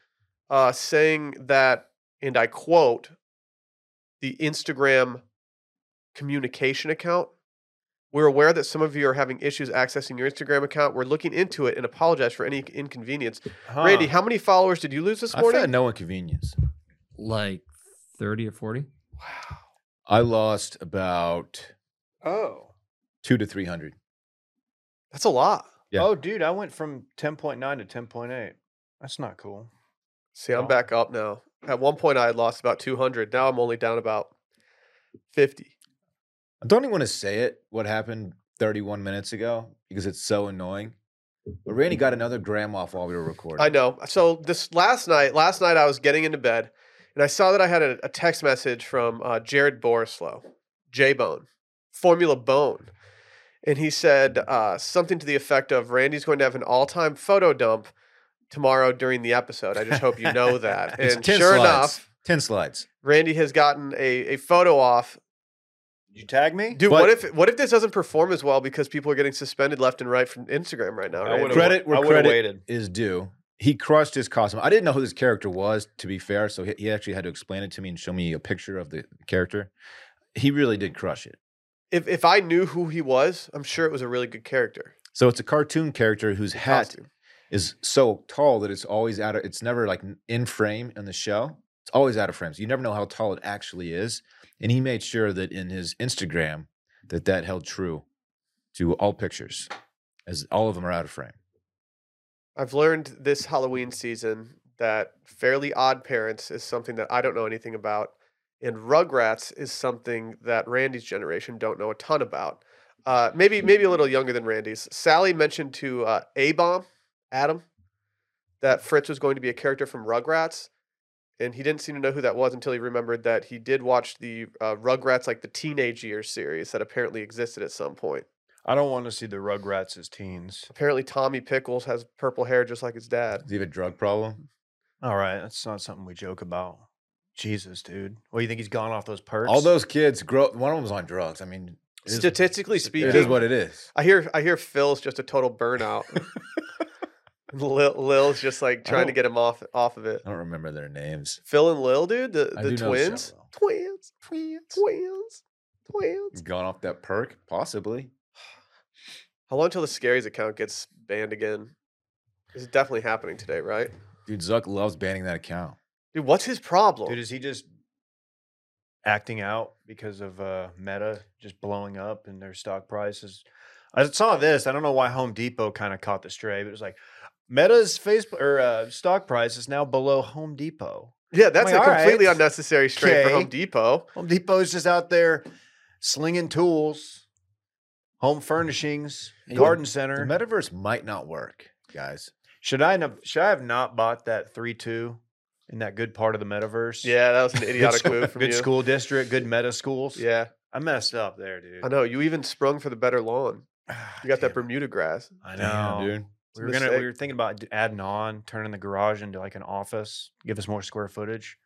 S1: uh, saying that, and I quote, the Instagram communication account. We're aware that some of you are having issues accessing your Instagram account. We're looking into it and apologize for any inconvenience.
S2: Huh.
S1: Randy, how many followers did you lose this
S3: I've had
S1: morning?
S3: no inconvenience.
S4: like 30 or 40
S3: I lost about
S1: Oh,
S3: two to three hundred.
S1: that's a lot.
S3: Yeah.
S2: Oh, dude, I went from 10.9 to 10.8. That's not cool.
S1: See, I'm back up now. At one point, I had lost about 200. Now I'm only down about 50.
S3: I don't even want to say it, what happened 31 minutes ago, because it's so annoying. But Randy got another gram off while we were recording.
S1: Mm-hmm. I know. So this last night, last night I was getting into bed, and I saw that I had a, a text message from uh, Jared Borislow, J Bone, Formula Bone, and he said uh, something to the effect of Randy's going to have an all-time photo dump tomorrow during the episode. I just hope you know that.
S3: It's
S1: and
S3: 10
S1: sure
S3: slides.
S1: enough,
S3: 10 slides.
S1: Randy has gotten a, a photo off.
S2: You tag me,
S1: Dude,
S3: But-
S1: what if what if this doesn't perform as well because people are getting suspended left and right from Instagram right now?
S2: I
S1: Randy?
S2: would
S3: Credit where
S2: I would've
S3: credit-
S2: waited.
S3: Is due. He crushed his costume. I didn't know who this character was, to be fair. So he, he actually had to explain it to me and show me a picture of the character. He really did crush it.
S1: If if I knew who he was, I'm sure it was a really good character.
S3: So it's a cartoon character whose hat
S1: Costume.
S3: is so tall that it's always out of it's never like n- in frame in the show. It's always out of frame. So you never know how tall it actually is. And he made sure that in his Instagram that that held true to all pictures as all of them are out of frame.
S1: I've learned this Halloween season that Fairly Odd Parents is something that I don't know anything about, and Rugrats is something that Randy's generation don't know a ton about. Uh, maybe maybe a little younger than Randy's. Sally mentioned to uh, A Bomb Adam that Fritz was going to be a character from Rugrats, and he didn't seem to know who that was until he remembered that he did watch the uh, Rugrats like the teenage years series that apparently existed at some point.
S2: I don't want to see the Rugrats as teens.
S1: Apparently, Tommy Pickles has purple hair just like his dad.
S3: Does he have a drug problem?
S2: All right, that's not something we joke about. Jesus, dude. Well, you think he's gone off those perks?
S3: All those kids grow one of them's on drugs. I mean it is-
S1: Statistically speaking,
S3: it is what it is.
S1: I hear I hear Phil's just a total burnout. And Lil, Lil's just like
S3: I
S1: trying to
S3: don't-
S1: get him off off of it.
S3: I don't remember their names.
S1: Phil and Lil, dude, the,
S3: I
S1: the
S3: do know several.
S1: twins, twins, twins, twins,
S2: Mm.
S1: twins.
S3: Gone off that perk? Possibly.
S1: How long till the Scaries account gets banned again? This is definitely happening today, right?
S3: Dude, Zuck loves banning that account.
S1: Dude, what's his problem?
S2: Dude, is he just acting out because of uh, Meta just blowing up and their stock prices? I saw this. I don't know why Home Depot kind of caught the stray, but it was like Meta's Facebook or uh, stock price is now below Home Depot.
S1: yeah, that's
S2: like,
S1: a
S2: all right,
S1: completely unnecessary stray for
S2: okay.
S1: Home Depot.
S2: Home Depot's just out there slinging tools, home furnishings,
S3: Yeah.
S2: garden
S3: The
S2: center.
S3: metaverse might not work, guys.
S2: should I have, should I have not bought that three two in that good part of the metaverse?
S1: Yeah, that was an
S2: Good
S1: idiotic
S2: school-
S1: move from
S2: good
S1: you.
S2: school district, good meta schools.
S1: Yeah,
S2: I messed up there, dude.
S1: I know. You even sprung for the better lawn. You got that
S2: Damn it.
S1: Bermuda grass.
S2: I
S3: Damn,
S2: know,
S3: dude.
S2: We were gonna.
S1: Mistake.
S2: We were thinking about d- adding on, turning the garage into like an office, give us more square footage,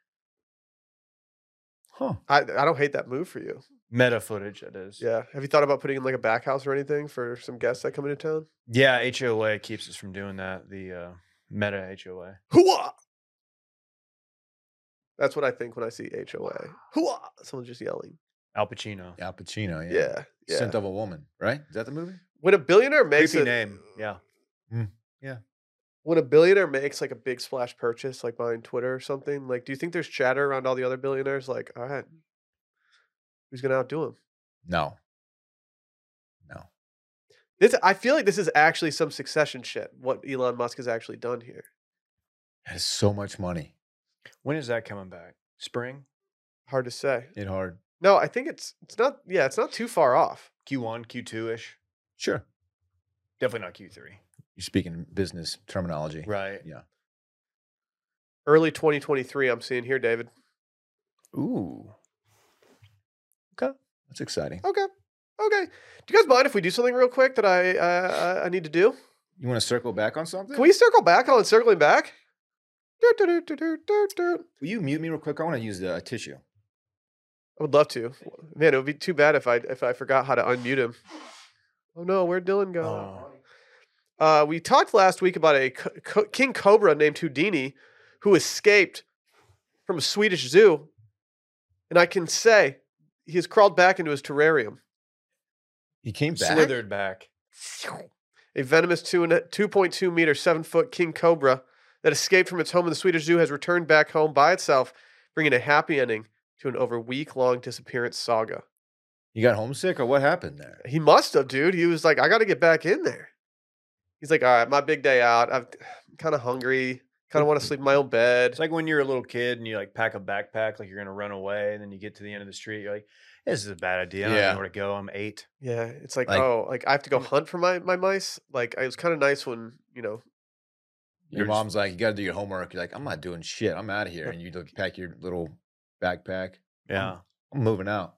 S3: Huh.
S1: I, I don't hate that move for you.
S2: meta footage. That is.
S1: Yeah. Have you thought about putting in like a back house or anything for some guests that come into town?
S2: Yeah. HOA keeps us from doing that. The uh, meta HOA.
S1: Hooah! That's what I think when I see HOA. Hooah! Someone just yelling.
S2: Al Pacino.
S3: Al Pacino, yeah.
S1: Yeah. Yeah.
S3: Scent of a Woman, right? Is that the movie?
S1: When a billionaire makes
S2: Creepy
S1: a-
S2: name. Yeah.
S1: When a billionaire makes like a big splash purchase, like buying Twitter or something, like, do you think there's chatter around all the other billionaires? Like, all right, who's gonna outdo him?
S3: No.
S1: This, I feel like this is actually some succession shit. What Elon Musk has actually done here.
S3: That is so much money.
S2: When is that coming back? Spring.
S1: Hard to say.
S3: It hard.
S1: No, I think it's it's not. Yeah, it's not too far off.
S2: Q1, Q2 ish.
S3: Sure.
S2: Definitely not Q3.
S3: You're speaking business terminology.
S2: Right.
S3: Yeah.
S1: early 2023 i'm seeing here david
S2: Ooh.
S3: That's exciting.
S1: okay okay do you guys mind if we do something real quick that i uh, i need to do
S3: You want to circle back on something?
S1: can we circle back on circling back Doot, doot, doot, doot, doot, doot, doot.
S3: Will you mute me real quick? I want to use the tissue.
S1: i would love to man it would be too bad if i if i forgot how to unmute him oh no where'd dylan go
S2: Oh.
S1: Uh, we talked last week about a co- co- king cobra named Houdini who escaped from a Swedish zoo. And I can say he has crawled back into his terrarium.
S3: He came back.
S2: Slithered back.
S1: A venomous two and a- 2.2 meter, 7 foot king cobra that escaped from its home in the Swedish zoo has returned back home by itself, bringing a happy ending to an over week long disappearance saga.
S3: You got homesick or what happened there?
S1: He must have, dude. He was like, I got to get back in there. He's like, all right, my big day out. I'm kind of hungry. Kind of want to sleep in my own bed.
S2: It's like when you're a little kid and you like pack a backpack, like you're gonna run away, and then you get to the end of the street, you're like, "This is a bad idea. I don't
S3: Yeah.
S2: know where to go. I'm eight.
S1: Yeah, it's like,
S3: Like-
S1: oh, like I have to go hunt for my my mice. Like it was kind of nice when you know.
S3: Your
S1: You're just-
S3: mom's like, you got to do your homework. You're like, I'm not doing shit. I'm out of here. And you look, pack your little backpack.
S2: Yeah,
S3: I'm moving out.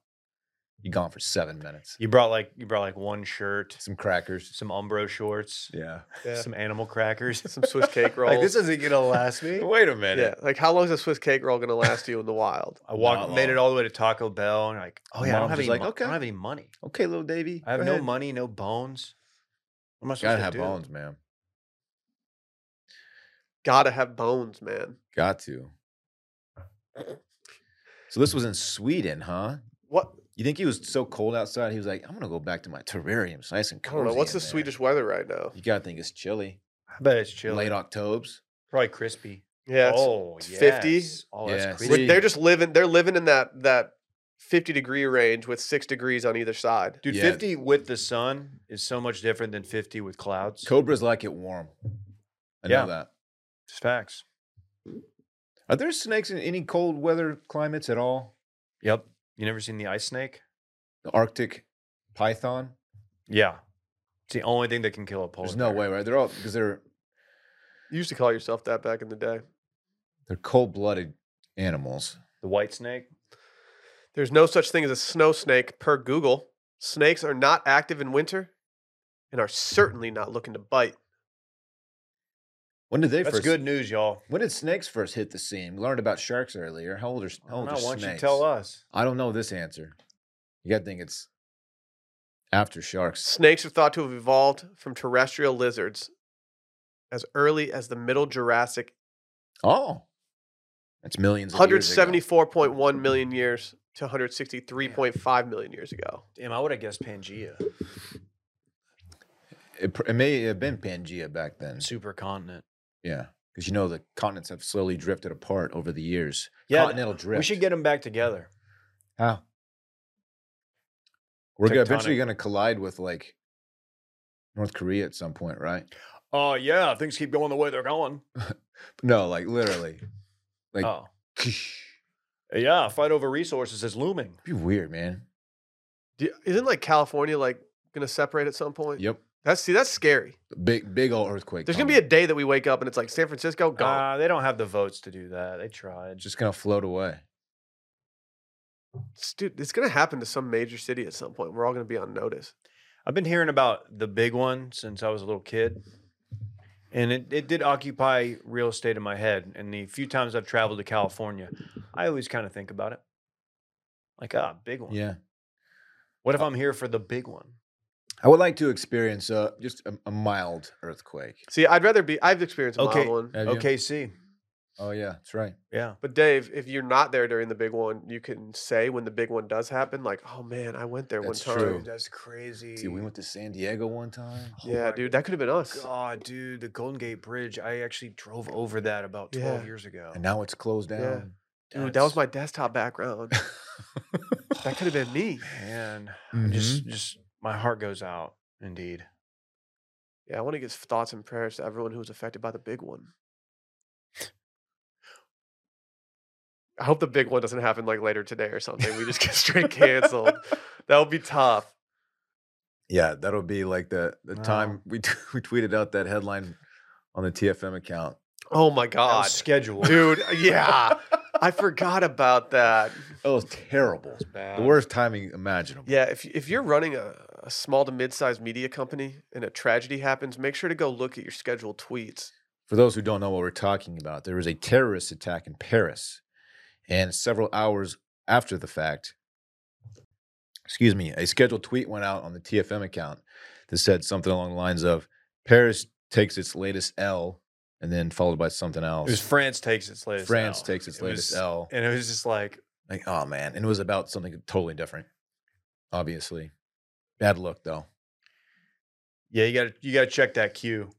S3: You're gone for seven minutes.
S2: you brought like you brought like one shirt,
S3: Some crackers.
S2: some Umbro shorts,
S3: Yeah.
S1: Yeah.
S2: some animal crackers,
S1: Some Swiss cake
S2: Like this
S1: rolls.
S2: isn't gonna last me.
S3: Wait a minute.
S1: yeah, like how long is a Swiss cake roll gonna last you in the wild?
S2: I walked,
S3: Not
S2: made it
S3: long.
S2: all the way to Taco Bell, and like, oh yeah, I don't
S3: Mom's
S2: have any.
S3: just like,
S2: mo- I
S3: "Okay."
S2: don't have any money.
S3: Okay, little Davy.
S2: I have
S3: go
S2: no
S3: ahead.
S2: money, no bones. What am I supposed
S3: Gotta
S2: to
S3: have
S2: do?
S3: bones, man.
S1: Gotta have bones, man.
S3: Got to. So this was in Sweden, huh?
S1: What?
S3: You think he was so cold outside? He was like, I'm gonna go back to my terrarium. It's nice and
S1: I
S3: cozy.
S1: don't know. What's
S3: in
S1: the
S3: there."
S1: Swedish weather right now?
S3: You gotta think it's chilly.
S2: I bet it's chilly.
S3: Late Octobes.
S2: Probably crispy.
S1: Yeah, it's-
S2: oh,
S1: it's 50.
S2: yes. Oh,
S3: Yeah,
S2: that's
S1: we're-
S2: crispy.
S1: they're just living. They're living in that that fifty degree range with six degrees on either side.
S2: Dude,
S3: Yeah.
S2: 50 with the sun is so much different than 50 with clouds.
S3: Cobras like it warm. I
S2: Yeah.
S3: know that.
S2: It's facts.
S3: Are there snakes in any cold weather climates at all?
S2: Yep. You never seen the ice snake?
S3: The Arctic python?
S2: Yeah. It's the only thing that can kill a polar
S3: There's no
S2: bear.
S3: way, right? They're all because they're
S1: You used to call yourself that back in the day.
S3: they're cold blooded animals.
S2: The white snake?
S1: There's no such thing as a snow snake per Google. Snakes are not active in winter, and are certainly not looking to bite.
S3: When did they
S2: That's
S3: first
S2: good news, y'all.
S3: When did snakes first hit the scene? We learned about sharks earlier. How old are,
S2: I
S3: how
S2: don't
S3: old
S2: know.
S3: are
S2: Why don't
S3: Oh, snakes?
S2: you tell us?
S3: I don't know this answer. You got to think it's after sharks.
S1: Snakes are thought to have evolved from terrestrial lizards as early as the Middle Jurassic,
S3: Oh, that's millions. Of years ago.
S1: 174.1 million years to 163.5 million years ago.
S2: Damn, I would have guessed Pangea.
S3: Mm. It, pr- it may have been Pangea back then.
S2: Supercontinent.
S3: Yeah, because you know the continents have slowly drifted apart over the years.
S2: Yeah,
S3: continental Mm. drift.
S2: We should get them back together.
S3: how we're gonna- eventually
S2: Tectonic.
S3: going to collide with like North Korea at some point, right?
S2: Oh yeah, things keep going the way they're going.
S3: No, like literally. Like-
S2: oh
S3: It'd
S2: yeah, fight over resources is looming.
S3: be weird, man.
S1: Do, isn't like California like going to separate at some point?
S3: Yep.
S1: That's see that's scary.
S3: Big, big old earthquake.
S1: There's going to be a day that we wake up and it's like San Francisco gone.
S2: Uh, they don't have the votes to do that. They tried.
S3: just gonna float away.
S2: Ah.
S1: It's- Dude, it's going to happen to some major city at some point. We're all going to be on notice.
S2: I've been hearing about the big one since I was a little kid, and it, it did occupy real estate in my head. And the few times I've traveled to California, I always kind of think about it. Like ah, big one.
S3: Yeah, Oh.
S2: What if I'm here for the big one?
S3: I would like to experience uh, just a, a mild earthquake.
S1: See, I'd rather be I've experienced a
S2: Okay. Eh.
S1: mild one.
S3: Have you?
S2: OKC.
S3: Oh yeah, that's right.
S2: Yeah.
S1: But Dave, if you're not there during the big one, you can say when the big one does happen, like, "Oh man, I went there
S3: That's
S1: one time."
S3: true.
S2: that's crazy.
S3: See, we went to San Diego one time.
S2: Oh
S1: yeah,
S2: my
S1: dude, that could have been us.
S2: God, dude, the Golden Gate Bridge. I actually drove over that about 12
S1: Yeah.
S2: years ago.
S3: And now it's closed
S1: Yeah.
S3: down.
S1: Dude, that was my
S2: That's-
S1: desktop background. that could have been me.
S2: man. I'm
S3: Mm-hmm.
S2: Just, just my heart goes out. Indeed.
S1: Yeah, I want to give thoughts and prayers to everyone who was affected by the big one. I hope the big one doesn't happen like later today or something. We just get straight canceled. that would be tough.
S3: yeah, that'll be like the the
S2: Wow.
S3: time we t- we tweeted out that headline on the TFM account.
S1: Oh my
S2: That
S1: god,
S2: was scheduled.
S1: dude. uh, Yeah, I forgot about that.
S3: Oh, it's terrible.
S2: Bad.
S3: The worst timing imaginable.
S1: Yeah, if if you're running a, a small to mid-sized media company and a tragedy happens, make sure to go look at your scheduled tweets.
S3: For those who don't know what we're talking about, there was a terrorist attack in Paris, and several hours after the fact, excuse me, a scheduled tweet went out on the TFM account that said something along the lines of "Paris takes its latest L," and then followed by something
S2: It was
S3: else.
S2: France takes its latest.
S3: France
S2: L.
S3: takes its
S2: It
S3: latest
S2: was-
S3: L.
S2: And it was just like,
S3: Like, oh man, and it was about something totally different. Obviously, bad luck though.
S2: yeah, you gotta you gotta check that cue.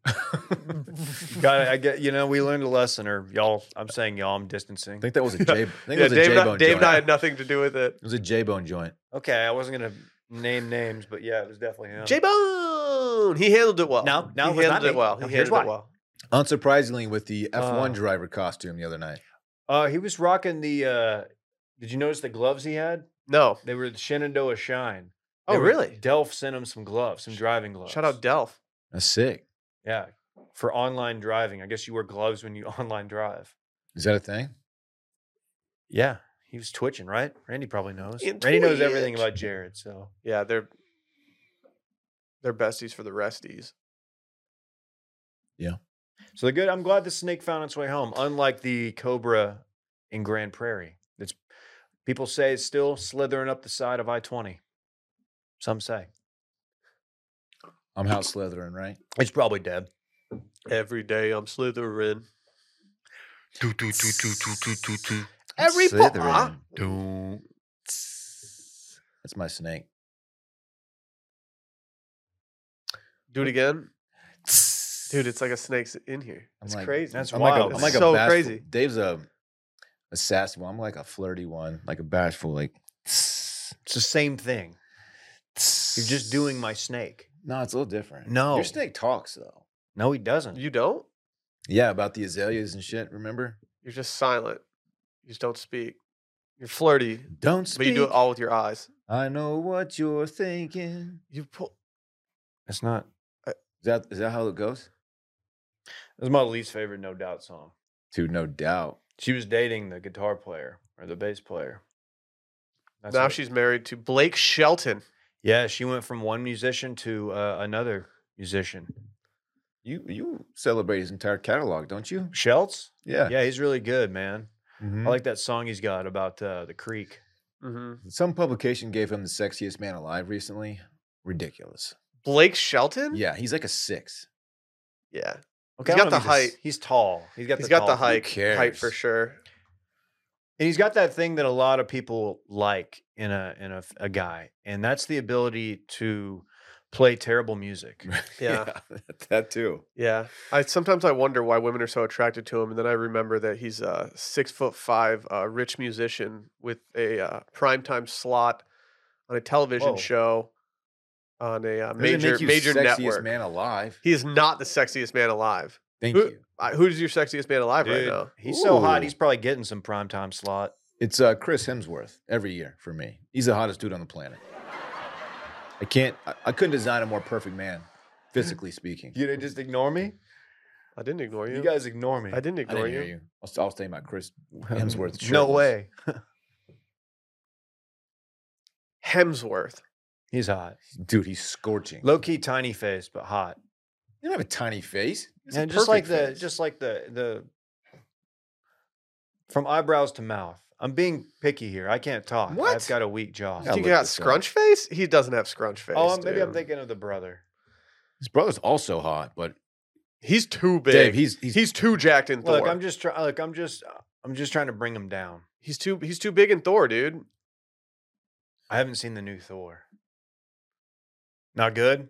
S2: You gotta I get you know, we learned a lesson or y'all I'm saying y'all, I'm
S3: I
S2: distancing.
S3: think that was a J. I think
S1: yeah,
S3: it was a
S1: Dave, and I-
S3: J-bone
S1: Dave
S3: joint.
S1: and I had nothing to do with it.
S3: it was a J-bone joint.
S2: Okay, I wasn't gonna name names, but yeah, it was definitely him.
S1: J Bone, he handled it well.
S2: No, no,
S1: he
S2: it was not
S1: handled it
S2: me.
S1: well.
S2: No,
S1: he
S2: here's
S1: handled it
S2: why.
S1: well.
S3: Unsurprisingly, with the F1
S2: Uh.
S3: driver costume the other night.
S2: Uh, he was rocking the. Uh, did you notice the gloves he had?
S1: No.
S2: They were the Shenandoah Shine.
S1: Oh,
S2: They were-
S1: really?
S2: Delph sent him some gloves, some driving gloves.
S1: Shout out Delph.
S3: That's sick.
S2: Yeah, for online driving. I guess you wear gloves when you online drive.
S3: Is that a thing?
S2: Yeah, he was twitching, right? Randy probably knows.
S1: And
S2: Randy knows everything
S1: twitch.
S2: about Jared, so
S1: Yeah, they're they're besties for the resties.
S2: so the good. I'm glad the snake found its way home. Unlike the cobra in Grand Prairie, that's people say is still slithering up the side of I-20. Some say
S3: I'm out slithering, right?
S2: it's probably dead.
S1: Every day I'm slithering.
S3: Every
S1: po-
S3: slithering.
S1: ah.
S3: That's my snake.
S1: Do it again. Dude, it's like a snake's in here.
S3: I'm
S1: It's
S3: like-
S1: crazy.
S2: That's
S3: I'm
S2: wild.
S3: like a,
S1: It's
S3: I'm like
S1: so
S3: a bashful,
S1: crazy.
S3: Dave's a a sassy one. I'm like a flirty one, like a bashful, like.
S2: It's the same thing. You're just doing my snake.
S3: No, it's a little different.
S2: No.
S3: your snake talks though.
S2: No, he doesn't.
S1: You don't?
S3: Yeah, about the azaleas and shit. Remember?
S1: You're just silent. You just don't speak. You're flirty,
S3: Don't speak.
S1: but you do it all with your eyes.
S3: I know what you're thinking.
S1: You pull.
S2: It's not.
S3: Is that is that how it goes?
S2: It's my least favorite No Doubt song.
S3: Dude, no doubt.
S2: She was dating the guitar player or the bass player. That's
S1: now
S2: what-
S1: she's married to Blake Shelton.
S2: yeah, she went from one musician to uh, another musician.
S3: You you celebrate his entire catalog, don't you?
S2: Schultz?
S3: Yeah.
S2: Yeah, he's really good, man.
S3: Mhm.
S2: I like that song he's got about uh, the creek.
S1: Mm-hmm.
S3: Some publication gave him the sexiest man alive recently. Ridiculous.
S1: Blake Shelton?
S3: Yeah, he's like a six.
S1: Yeah.
S2: Okay,
S1: He's
S2: I don't
S1: got the
S2: know if he's a s-
S1: height.
S2: He's tall. He's got
S1: He's
S2: the
S1: got the
S2: tall-
S1: height, height for
S3: cares?
S1: sure.
S2: and he's got that thing that a lot of people like in a in a, f- a guy, and that's the ability to play terrible music.
S1: Yeah.
S3: that too.
S1: Yeah, I sometimes I wonder why women are so attracted to him, and then I remember that he's a six foot five uh, rich musician with a uh, primetime slot on a television
S2: Whoa.
S1: show on a uh,
S3: Doesn't make
S1: major
S3: you
S1: major
S3: sexiest
S1: network.
S3: man alive.
S1: He is not the sexiest man alive.
S3: Thank
S1: Who-
S3: you.
S1: I, who's your sexiest man alive right
S2: Dude,
S1: now?
S2: He's so hot.
S3: Ooh.
S2: He's probably getting some primetime slot.
S3: It's uh, Chris Hemsworth every year for me. He's the hottest dude on the planet. I can't. I, I couldn't design a more perfect man, physically speaking.
S2: You didn't just ignore me.
S1: I didn't ignore you.
S2: You guys ignore me.
S1: I didn't
S3: I
S1: ignore
S3: didn't
S1: you.
S3: hear you. I'll, st- I'll stay my Chris Hemsworth.
S2: No
S3: shirtless.
S2: way.
S1: Hemsworth.
S2: He's hot.
S3: dude. He's scorching.
S2: Low key, tiny face, but hot.
S3: you don't have a tiny face. It's a
S2: And just like
S3: perfect
S2: the,
S3: face.
S2: just like the the, from eyebrows to mouth. I'm being picky here. I can't talk.
S3: What?
S2: I've got a weak jaw.
S3: Yeah, Gotta
S1: You
S3: look
S1: got
S3: this up.
S1: scrunch face? He doesn't have scrunch face.
S2: oh, I'm- maybe I'm
S1: dude.
S2: thinking of the brother.
S3: his brother's also hot, but
S1: he's too big.
S3: Dave,
S1: he's,
S3: he's he's,
S1: too jacked in Thor.
S2: Look, I'm just trying. Look, I'm just, uh, I'm just trying to bring him down.
S1: he's too he's too big in Thor, dude.
S2: I haven't seen the new Thor. Not good.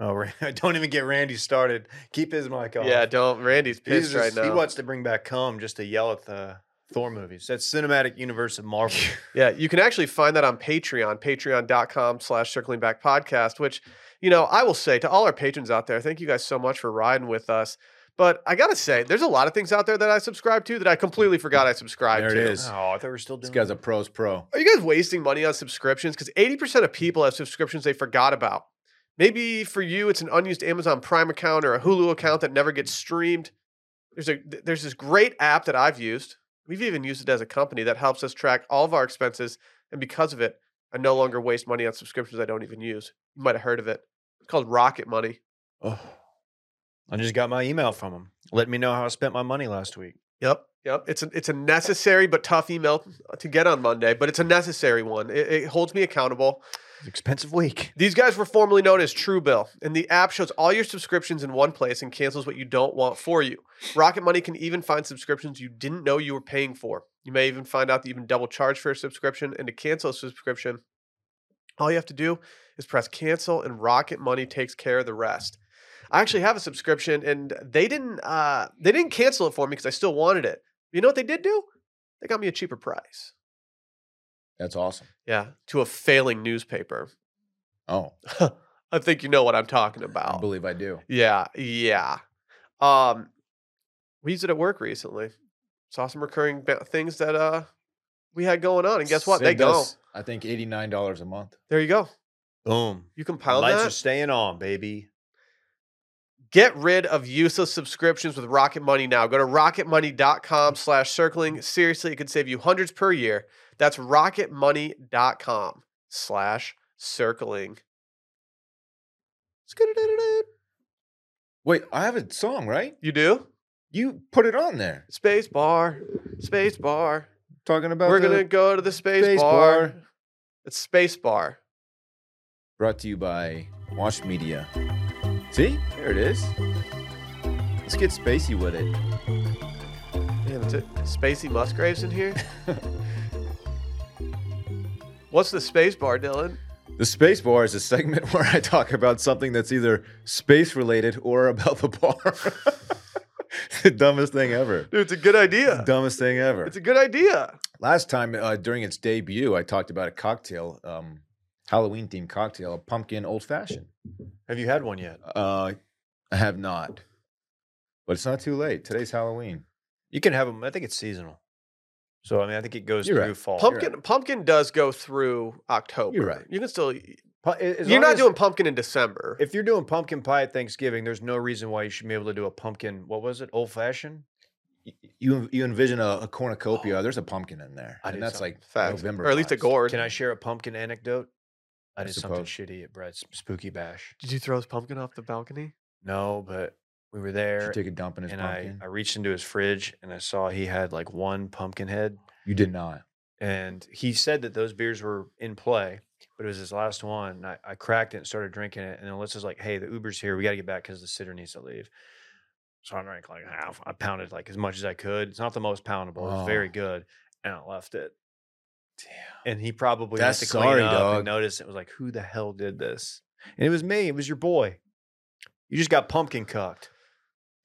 S2: Oh, Ran- don't even get Randy started. Keep his mic off.
S1: Yeah, don't. Randy's
S2: He's
S1: pissed right
S2: just-
S1: now.
S2: He wants to bring back cum just to yell at the Thor movies. That's cinematic universe of Marvel.
S1: Yeah, you can actually find that on Patreon, patreon.com slash circling back podcast, which, you know, I will say to all our patrons out there, thank you guys so much for riding with us. But I got to say, there's a lot of things out there that I subscribe to that I completely forgot I subscribed
S3: There
S1: to.
S2: oh,
S3: it
S2: I
S3: is.
S2: thought we were still
S3: this
S2: doing.
S3: guy's a pro's pro.
S1: Are you guys wasting money on subscriptions? Because 80% of people have subscriptions they forgot about. Maybe for you, it's an unused Amazon Prime account or a Hulu account that never gets streamed. There's a th- there's this great app that I've used. We've even used it as a company that helps us track all of our expenses, and because of it, I no longer waste money on subscriptions I don't even use. You might have heard of it. It's called Rocket Money.
S2: Oh, I just got my email from him. Let me know how I spent my money last week.
S1: Yep. Yep. It's a it's a necessary but tough email to get on Monday, but it's a necessary one. It, it holds me accountable.
S2: It's an expensive week.
S1: These guys were formerly known as Truebill, and the app shows all your subscriptions in one place and cancels what you don't want for you. Rocket Money can even find subscriptions you didn't know you were paying for. You may even find out that you've been double charged for a subscription, and to cancel a subscription, all you have to do is press cancel, and Rocket Money takes care of the rest. I actually have a subscription, and they didn't uh, they didn't cancel it for me because I still wanted it. You know what they did do? They got me a cheaper price.
S3: That's awesome.
S1: Yeah, to a failing newspaper.
S3: Oh,
S1: I think you know what I'm talking
S3: I
S1: about.
S3: believe I do.
S1: Yeah, yeah. Um, we used it at work recently. Saw some recurring ba- things that uh we had going on, and guess what? They
S3: Saved
S1: go.
S3: us, I think eighty nine dollars a month.
S1: There you go.
S2: Boom.
S1: You compile
S2: Lights
S1: that.
S2: are staying on, baby.
S1: Get rid of useless subscriptions with Rocket Money now. Go to rocketmoney.com slash circling. Seriously, it could save you hundreds per year. That's rocketmoney.com slash circling.
S3: Wait, I have a song, right?
S1: You do?
S3: You put it on there.
S1: Space bar. Space bar.
S3: Talking about
S1: We're
S3: the-
S1: going to go to the space,
S3: space
S1: bar.
S3: bar.
S1: It's space bar.
S3: brought to you by Watch Media. See, there it is. Let's get spacey with it.
S1: Man, is it Spacey Musgraves in here? What's the space bar, Dylan?
S3: The space bar is a segment where I talk about something that's either space related or about the bar. the dumbest thing ever.
S1: Dude, it's a good idea.
S3: Dumbest thing ever.
S1: It's a good idea.
S3: Last time uh, during its debut, I talked about a cocktail, um, Halloween themed cocktail, a pumpkin old fashioned.
S2: Have you had one yet?
S3: Uh, I have not, but it's not too late. Today's Halloween.
S2: You can have them. I think it's seasonal. So I mean, I think it goes
S3: You're right.
S2: through fall.
S1: Pumpkin pumpkin does go through October.
S3: You're right.
S1: You can still
S2: Pu- a- as
S1: You're
S2: long
S1: not
S2: as-
S1: doing pumpkin in December.
S2: If you're doing pumpkin pie at Thanksgiving, there's no reason why you should be able to do a pumpkin. What was it? Old fashioned.
S3: Y- You you envision a, a cornucopia. There's a pumpkin in there,
S2: I
S3: and
S2: did
S3: that's
S2: something
S3: like
S1: Facts.
S3: November,
S1: or at least a
S3: vibes.
S1: gourd.
S2: Can I share a pumpkin anecdote? I
S3: I
S2: did something
S3: suppose.
S2: shitty at Brett's spooky bash.
S1: Did you throw his pumpkin off the balcony?
S2: No, but we were
S3: Did
S2: there,
S3: you take a dump in his
S2: and I,
S3: pumpkin.
S2: I reached into his fridge and I saw he had like one pumpkin head,
S3: you did not.
S2: and he said that those beers were in play, but it was his last one. And I, I cracked it and started drinking it, and then Alyssa's like, "Hey, the Uber's here. We got to get back because the sitter needs to leave." So I drank like half. I pounded like as much as I could. It's not the most poundable. It was very
S3: Oh.
S2: good, and I left it.
S3: Damn.
S2: and he probably
S3: That's
S2: That's to clean
S3: sorry,
S2: up
S3: dog.
S2: and noticed it was like, who the hell did this? And it was me. It was your boy. You just got pumpkin cucked.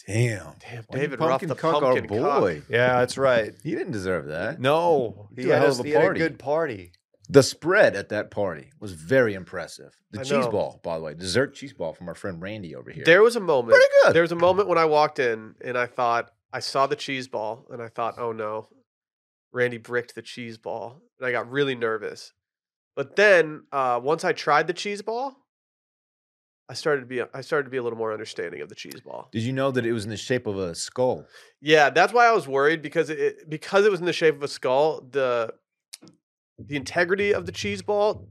S3: Damn.
S1: Damn,
S3: Why you
S1: David Ruff, the
S3: cuck
S1: pumpkin cuck.
S2: Yeah, that's right.
S3: He didn't deserve that.
S2: No,
S3: He
S2: he,
S3: threw a
S2: had,
S3: hell
S2: us,
S3: of a
S2: he had a
S3: party.
S2: good party.
S3: The spread at that party was very impressive. The
S1: I
S3: cheese
S1: know.
S3: ball, by the way, dessert cheese ball from our friend Randy over here.
S1: There was a moment.
S3: Pretty good.
S1: There was a moment when I walked in and I thought I saw the cheese ball and I thought, oh no, Randy bricked the cheese ball, and I got really nervous. But then uh, once I tried the cheese ball, I started to be I started to be a little more understanding of the cheese ball.
S3: Did you know that it was in the shape of a skull?
S1: Yeah, that's why I was worried because it because it was in the shape of a skull. The the integrity of the cheese ball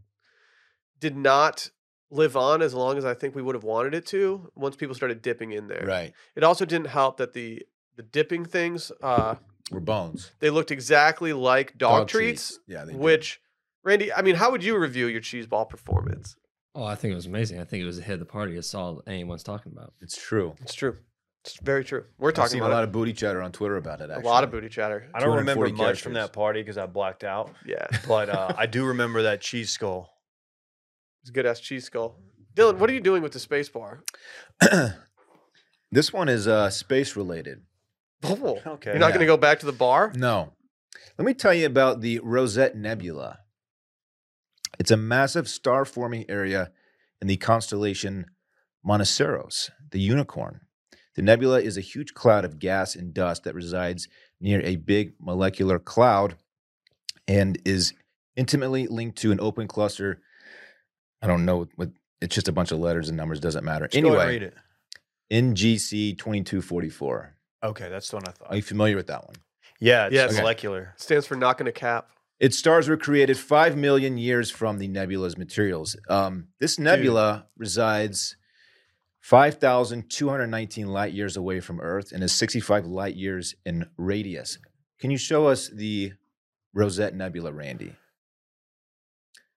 S1: did not live on as long as I think we would have wanted it to. Once people started dipping in there,
S3: Right.
S1: it also didn't help that the the dipping things uh,
S3: Or bones.
S1: they looked exactly like dog, treats,
S3: Yeah. They do.
S1: which Randy, I mean, how would you review your cheese ball performance?
S4: Oh, I think it was amazing. I think it was ahead of the party. It's all anyone's talking about.
S3: It's true.
S1: It's true, it's very true. We're
S3: I've
S1: talking
S3: seen
S1: about
S3: a lot
S1: it.
S3: of booty chatter on Twitter about it.
S1: a
S3: Actually.
S1: lot of booty chatter.
S2: I don't remember
S3: 240
S2: much from
S3: characters.
S2: that party because I blacked out,
S1: Yeah,
S2: but uh, I do remember that cheese skull.
S1: it's good ass cheese skull. Dylan, what are you doing with the space bar?
S3: this one is uh, space related.
S1: Oh.
S2: Okay.
S1: You're not
S3: Yeah.
S1: going to go back to the bar?
S3: No. Let me tell you about the Rosette Nebula. It's a massive star forming area in the constellation Monoceros, the unicorn. The nebula is a huge cloud of gas and dust that resides near a big molecular cloud and is intimately linked to an open cluster. I don't know what it's just a bunch of letters and numbers, doesn't matter.
S2: Just go ahead and
S3: anyway,
S2: read it.
S3: NGC 2244.
S2: Okay, that's the one I thought.
S3: Are you familiar with that one?
S2: yeah, it's
S1: Yes.
S3: Okay.
S2: molecular.
S1: stands for knocking a cap.
S3: Its stars were created five million years from the nebula's materials. Um, this nebula resides 5,219 light years away from Earth and is 65 light years in radius. Can you show us the Rosette Nebula, Randy?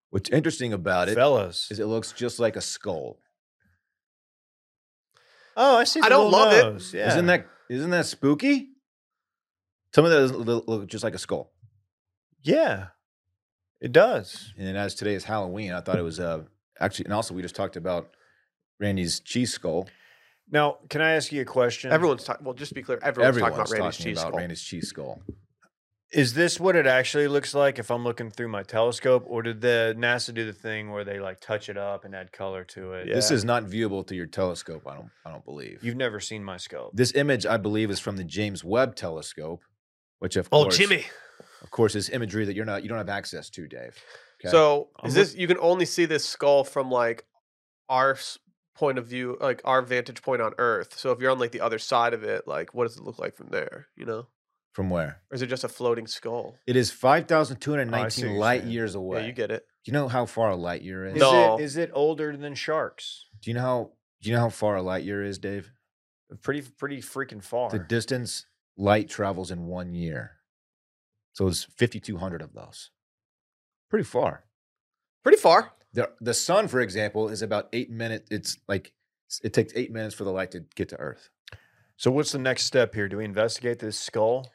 S3: What's interesting about it is
S2: Fellas.
S3: it looks just like a skull.
S2: oh, I see.
S1: I don't love it.
S2: it. Yeah.
S3: Isn't that isn't that spooky? Some of that doesn't look look just like a skull.
S2: Yeah, it does.
S3: And then as today is Halloween, I thought it was uh, actually, and also we just talked about Randy's cheese skull.
S2: Now, can I ask you a question?
S1: Everyone's talking. Well, just to be clear, everyone's, talking about Randy's cheese
S3: about
S1: skull.
S3: Randy's cheese skull.
S2: Is this what it actually looks like if I'm looking through my telescope, or did the NASA do the thing where they like touch it up and add color to it?
S3: This
S1: Yeah.
S3: is not viewable through your telescope. I don't. I don't believe.
S2: You've never seen my scope.
S3: this image, I believe, is from the James Webb Telescope, which of
S1: Oh,
S3: course,
S1: Jimmy.
S3: of course, is imagery that you're not. You don't have access to, Dave. Okay.
S1: So
S2: I'm
S1: is
S2: look-
S1: this you can only see this skull from like our s- point of view, like our vantage point on Earth. So if you're on like the other side of it, like what does it look like from there? You know,
S3: From where?
S1: or is it just a floating skull?
S3: It is five thousand two hundred
S2: Oh, I see what
S3: nineteen
S2: you're
S3: light
S2: saying.
S3: years away.
S1: Yeah, you get it.
S3: Do you know how far a light year is?
S2: Is
S1: No.
S2: it, is it older than sharks?
S3: Do you know how? Do you know how far a light year is, Dave?
S2: Pretty pretty freaking far.
S3: The distance light travels in one year. So it's fifty two hundred of those. Pretty far.
S1: Pretty far.
S3: the the sun, for example, is about eight minutes. It's like it takes eight minutes for the light to get to Earth.
S2: so what's the next step here? Do we investigate this skull?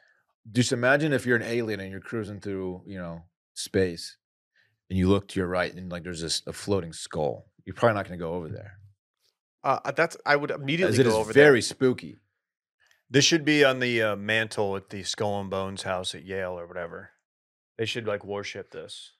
S3: Just imagine if you're an alien and you're cruising through, you know, space, and you look to your right and like there's this a floating skull. You're probably not going to go over there.
S1: Uh, that's I would immediately
S3: As it
S1: go
S3: is
S1: over
S3: very spooky.
S2: This should be on the uh, mantle at the Skull and Bones house at Yale or whatever. They should like worship this.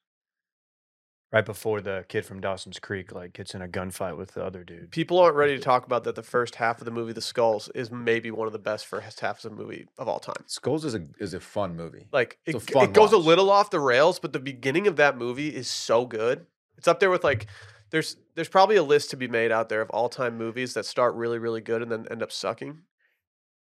S2: Right before the kid from Dawson's Creek like gets in a gunfight with the other
S1: there.
S2: dude.
S1: People aren't ready to talk about that. The first half of the movie, The Skulls, is maybe one of the best first halves of the movie of all time.
S3: Skulls is a is a fun movie.
S1: Like it,
S3: It's a
S1: g-
S3: fun
S1: it goes a
S3: watch.
S1: little off the rails, but the beginning of that movie is so good. It's up there with like there's there's probably a list to be made out there of all time movies that start really really good and then end up sucking.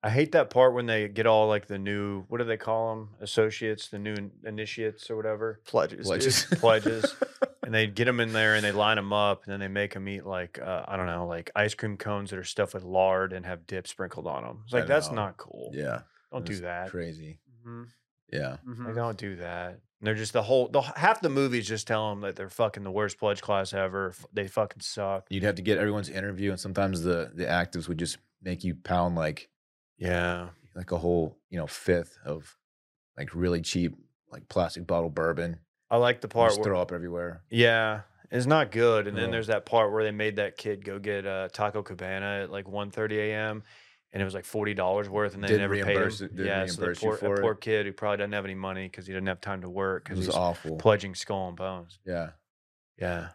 S2: I hate that part when they get all like the new what do they call them associates, the new in- initiates or whatever,
S1: Pledges.
S3: Like,
S1: dude.
S3: just-
S2: pledges, and they get them in there and they line them up and then they make them eat like uh, I don't know like ice cream cones that are stuffed with lard and have dip sprinkled on them. It's
S3: I
S2: like that's
S3: know.
S2: not cool.
S3: yeah,
S2: don't do
S3: that's
S2: that.
S3: Crazy.
S1: Mhm,
S3: Yeah,
S1: mhm.
S2: They don't do that. They're just the whole the half the movies just tell them that they're fucking the worst pledge class ever. f- They fucking suck.
S3: you'd have to get everyone's interview, and sometimes the the actives would just make you pound like
S2: Yeah,
S3: like a whole you know fifth of like really cheap like plastic bottle bourbon.
S2: I like the
S3: You
S2: part
S3: Just
S2: where
S3: throw up everywhere.
S2: yeah, it's not good. And then
S3: No.
S2: there's that part where they made that kid go get uh, Taco Cabana at like 1.30 a.m. and it was like forty dollars worth, and they
S3: Didn't
S2: never paid him.
S3: reimburse it- didn't
S2: Yeah, so the
S3: reimburse you
S2: poor,
S3: for
S2: that
S3: it.
S2: poor kid who probably doesn't have any money because he didn't have time to work
S3: It
S2: because
S3: was
S2: he's
S3: awful.
S2: pledging skull and bones.
S3: yeah.
S2: Yeah,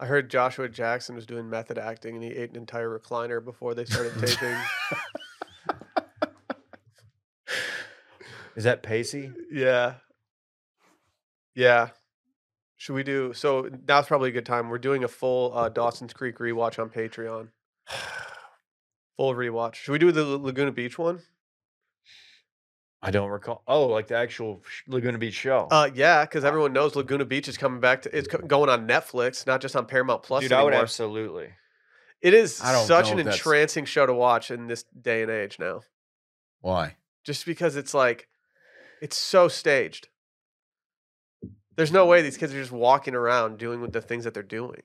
S1: I heard Joshua Jackson was doing method acting and he ate an entire recliner before they started taping.
S2: is that Pacey?
S1: yeah. Yeah. Should we do so? Now's probably a good time. We're doing a full uh, Dawson's Creek rewatch on Patreon. Full rewatch. Should we do the L- Laguna Beach one?
S2: I don't recall. Oh, like the actual sh- Laguna Beach show.
S1: Uh, yeah, because everyone knows Laguna Beach is coming back. To, it's co- going on Netflix, not just on Paramount Plus
S2: Dude, I
S1: anymore.
S2: would absolutely.
S1: it is
S3: I don't
S1: such
S3: know
S1: an
S3: if that's-
S1: entrancing show to watch in this day and age now,
S3: Why?
S1: just because it's like, it's so staged. There's no way these kids are just walking around doing with the things that they're doing.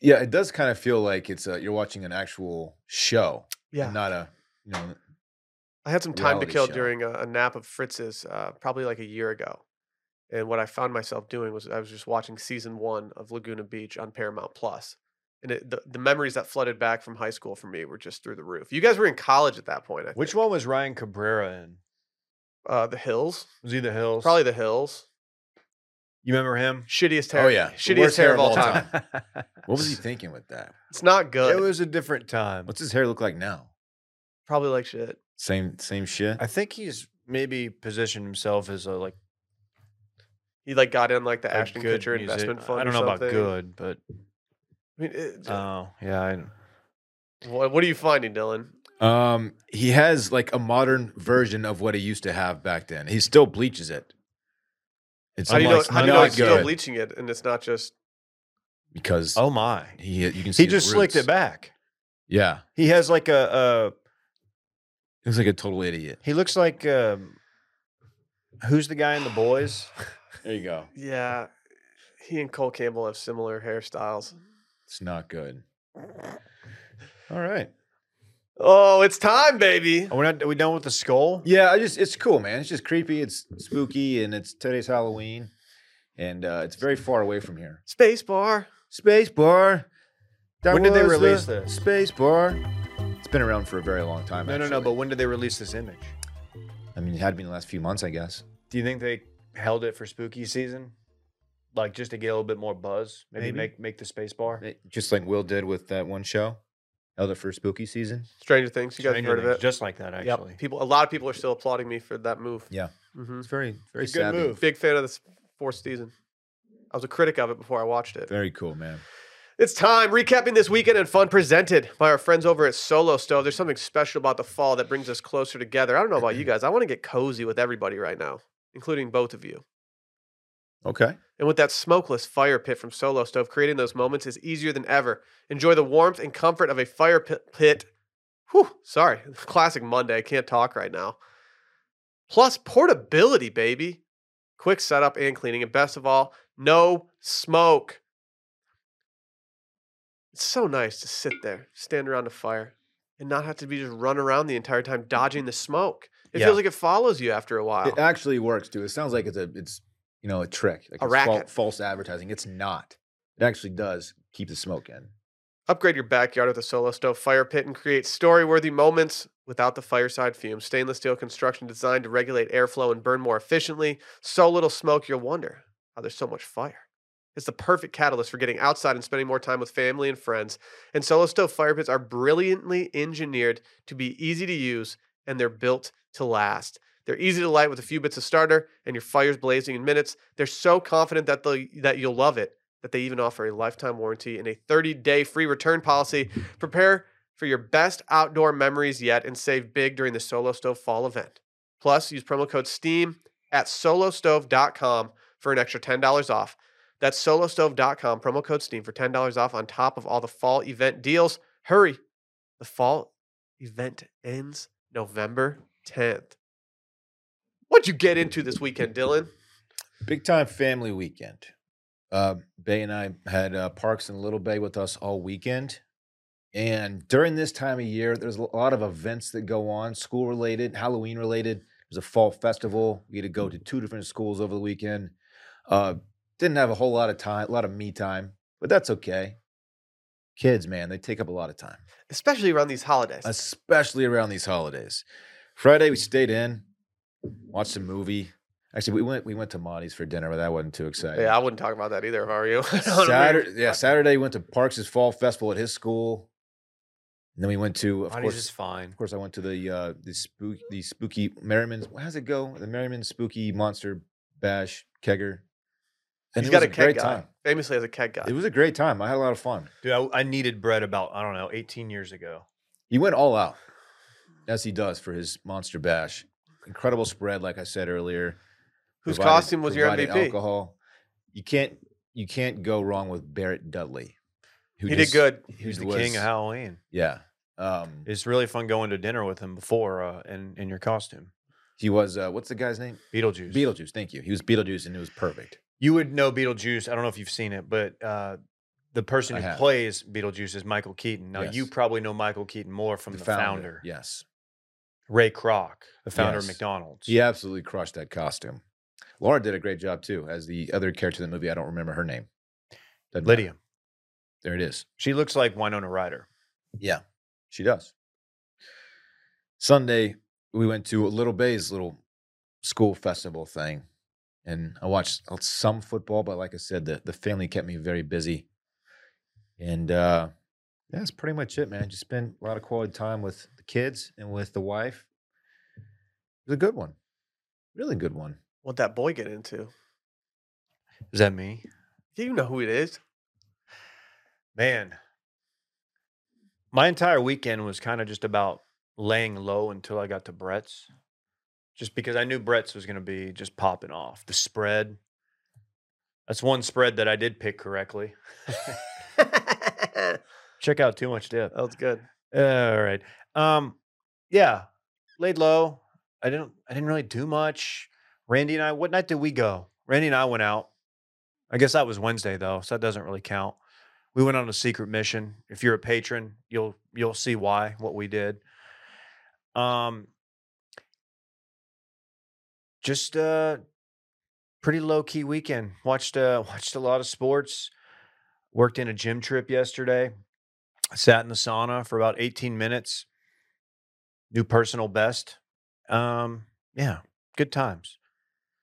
S3: Yeah, it does kind of feel like it's a, you're watching an actual show, and
S1: Yeah,
S3: not a you know.
S1: I had some time to
S3: reality
S1: kill
S3: show.
S1: during a, a nap of Fritz's, uh, probably like a year ago, and what I found myself doing was I was just watching season one of Laguna Beach on Paramount Plus, and it, the the memories that flooded back from high school for me were just through the roof. You guys were in college at that point, I
S2: Which
S1: think.
S2: one was Ryan Cabrera in?
S1: Uh, the Hills,
S2: Was he the Hills?
S1: probably the Hills.
S2: You remember him?
S1: Shittiest hair.
S3: Oh yeah, the
S1: shittiest
S3: worst
S1: hair of all time.
S3: What was he thinking with that?
S1: It's not good.
S2: it was a different time.
S3: What's his hair look like now?
S1: probably like shit.
S3: Same same shit.
S2: I think he's maybe positioned himself as a like
S1: He like got in like the
S2: a
S1: Ashton
S2: good
S1: Kutcher
S2: music-
S1: investment fund.
S2: I
S1: or
S2: don't know about
S1: something.
S2: good, but
S1: I mean, it,
S2: oh yeah, I,
S1: what, what are you finding, Dylan?
S3: Um, he has like a modern version of what he used to have back then. He still bleaches it. It's
S1: How do you know?
S2: Unlike-
S1: How do you know
S2: not
S1: he's still
S2: good.
S1: bleaching it, and it's not just
S3: because
S2: oh my,
S3: he you can see
S2: he
S3: his
S2: just slicked
S3: roots.
S2: it back.
S3: Yeah,
S2: He has like a,
S3: he looks like a total idiot.
S2: a he looks like um, who's the guy in the boys?
S3: There you go.
S1: Yeah, he and Cole Campbell have similar hairstyles.
S2: Mm-hmm.
S3: It's not good. All right.
S1: Oh, it's time, baby.
S2: Are we not? Are we done with the skull?
S3: Yeah, I just it's cool, man. It's just creepy. It's spooky, and it's today's Halloween, and uh, it's very far away from here.
S1: Space bar.
S3: Space bar. That
S2: When did they
S3: was the
S2: release this?
S3: Space bar. It's been around for a very long time.
S2: No, no, no.
S3: actually.
S2: But when did they release this image?
S3: I mean, it had to be in the last few months, I guess.
S2: Do you think they held it for spooky season? Like just to get a little bit more buzz? Maybe,
S3: Maybe.
S2: make make the space bar?
S3: They- Eh, Just like Will did with that one show, held it for spooky season.
S1: Stranger Things. You guys have
S2: Stranger
S1: heard of
S2: Things,
S1: it?
S2: Just like that, actually.
S1: Yep. People. A lot of people are still applauding me for that move.
S3: Yeah.
S1: hmm
S3: It's very, very
S2: It's a good
S3: savvy.
S2: move.
S1: Big fan of this fourth season. I was a critic of it before I watched it.
S3: Very cool, man.
S1: It's time recapping this weekend and fun presented by our friends over at Solo Stove. There's something special about the fall that brings us closer together. I don't know about you guys. I want to get cozy with everybody right now, including both of you.
S3: Okay.
S1: And with that smokeless fire pit from Solo Stove, creating those moments is easier than ever. Enjoy the warmth and comfort of a fire pit. pit. Whew, sorry. Classic Monday. I can't talk right now. Plus, portability, baby. Quick setup and cleaning. And best of all, no smoke. It's so nice to sit there, stand around a fire, and not have to be just run around the entire time dodging the smoke. It
S2: Yeah.
S1: feels like it follows you after a while.
S3: It actually works too. It sounds like it's a, it's you know, a trick, like
S1: A
S3: it's fal-
S1: racket.
S3: false advertising. It's not. It actually does keep the smoke in.
S1: Upgrade your backyard with a Solo Stove fire pit and create story worthy moments without the fireside fume. Stainless steel construction designed to regulate airflow and burn more efficiently. So little smoke, you'll wonder how there's so much fire. It's the perfect catalyst for getting outside and spending more time with family and friends. And Solo Stove fire pits are brilliantly engineered to be easy to use, and they're built to last. They're easy to light with a few bits of starter, and your fire's blazing in minutes. They're so confident that, they'll- that you'll love it that they even offer a lifetime warranty and a 30-day free return policy. Prepare for your best outdoor memories yet and save big during the Solo Stove fall event. Plus, use promo code STEAM at solostove.com for an extra $10 off. That's solostove.com, promo code STEAM for $10 off on top of all the fall event deals. Hurry. The fall event ends November 10th. What'd you get into this weekend, Dylan?
S3: Big time family weekend. Uh, Bay and I had uh, Parks and Little Bay with us all weekend. And during this time of year, there's a lot of events that go on, school related, Halloween related. There's a fall festival. We had to go to two different schools over the weekend. Uh, didn't have a whole lot of time, a lot of me time, but that's okay. Kids, man, they take up a lot of time
S1: Especially around these holidays.
S3: especially around these holidays. Friday we stayed in, watched a movie. Actually, we went we went to Monty's for dinner, but that wasn't too exciting.
S1: Yeah, I wouldn't talk about that either if I were you. I don't know.
S3: Saturday, yeah, Saturday we went to Parks' Fall Festival at his school. And then we went to, of
S2: Money's
S3: course,
S2: just fine.
S3: of course, I went to the uh, the spook the spooky Merriman's. How's it go? The Merriman's Spooky Monster Bash Kegger.
S1: He's
S3: it
S1: got
S3: was
S1: a keg
S3: great
S1: guy.
S3: time.
S1: Famously has a keg guy.
S3: It was a great time. I had a lot of fun.
S2: Dude, I, I needed bread about, I don't know, 18 years ago.
S3: He went all out, as he does for his Monster Bash. Incredible spread, like I said earlier.
S1: Whose
S3: provided-
S1: costume was your
S3: provided
S1: MVP?
S3: Alcohol. You can't you can't go wrong with Barrett Dudley. Who
S1: he
S3: just-
S1: did good.
S3: who
S2: He's the
S3: was-
S2: king of Halloween.
S3: Yeah. Um,
S2: It's really fun going to dinner with him before uh, in, in your costume.
S3: he was uh, what's the guy's name?
S2: Beetlejuice.
S3: Beetlejuice. Thank you. He was Beetlejuice, and it was perfect.
S2: You would know Beetlejuice. I don't know if you've seen it, but uh, the person
S3: I
S2: who
S3: have.
S2: plays Beetlejuice is Michael Keaton. Now you
S3: Yes.
S2: probably know Michael Keaton more from the, founder,
S3: Yes.
S2: Ray Kroc, the founder of
S3: Yes.
S2: McDonald's.
S3: He absolutely crushed that costume. Laura did a great job too, as the other character in the movie. I don't remember her name. Doesn't matter.
S2: Lydia.
S3: There it is.
S2: She looks like Winona Ryder.
S3: Yeah, she does. Sunday, we went to Little Bay's little school festival thing, and I watched uh, some football, but like I said, the, the family kept me very busy. And uh, that's pretty much it, man. Just spent a lot of quality time with the kids and with the wife. It was a good one, really good one.
S1: What'd that boy get into?
S2: Is that me?
S1: You know who it is.
S2: Man, my entire weekend was kind of just about laying low until I got to Brett's, just because I knew Brett's was going to be just popping off. The spread. That's one spread that I did pick correctly.
S1: that
S2: Check out too much dip.
S1: was good.
S2: All right. Um, yeah, laid low. I didn't. I didn't really do much. Randy and I. What night did we go? Randy and I went out. I guess that was Wednesday though, so that doesn't really count. We went on a secret mission. If you're a patron, you'll you'll see why what we did. Um, just uh, pretty low key weekend. Watched uh watched a lot of sports. Worked in a gym trip yesterday. I sat in the sauna for about 18 minutes. New personal best. Um, Yeah, good times.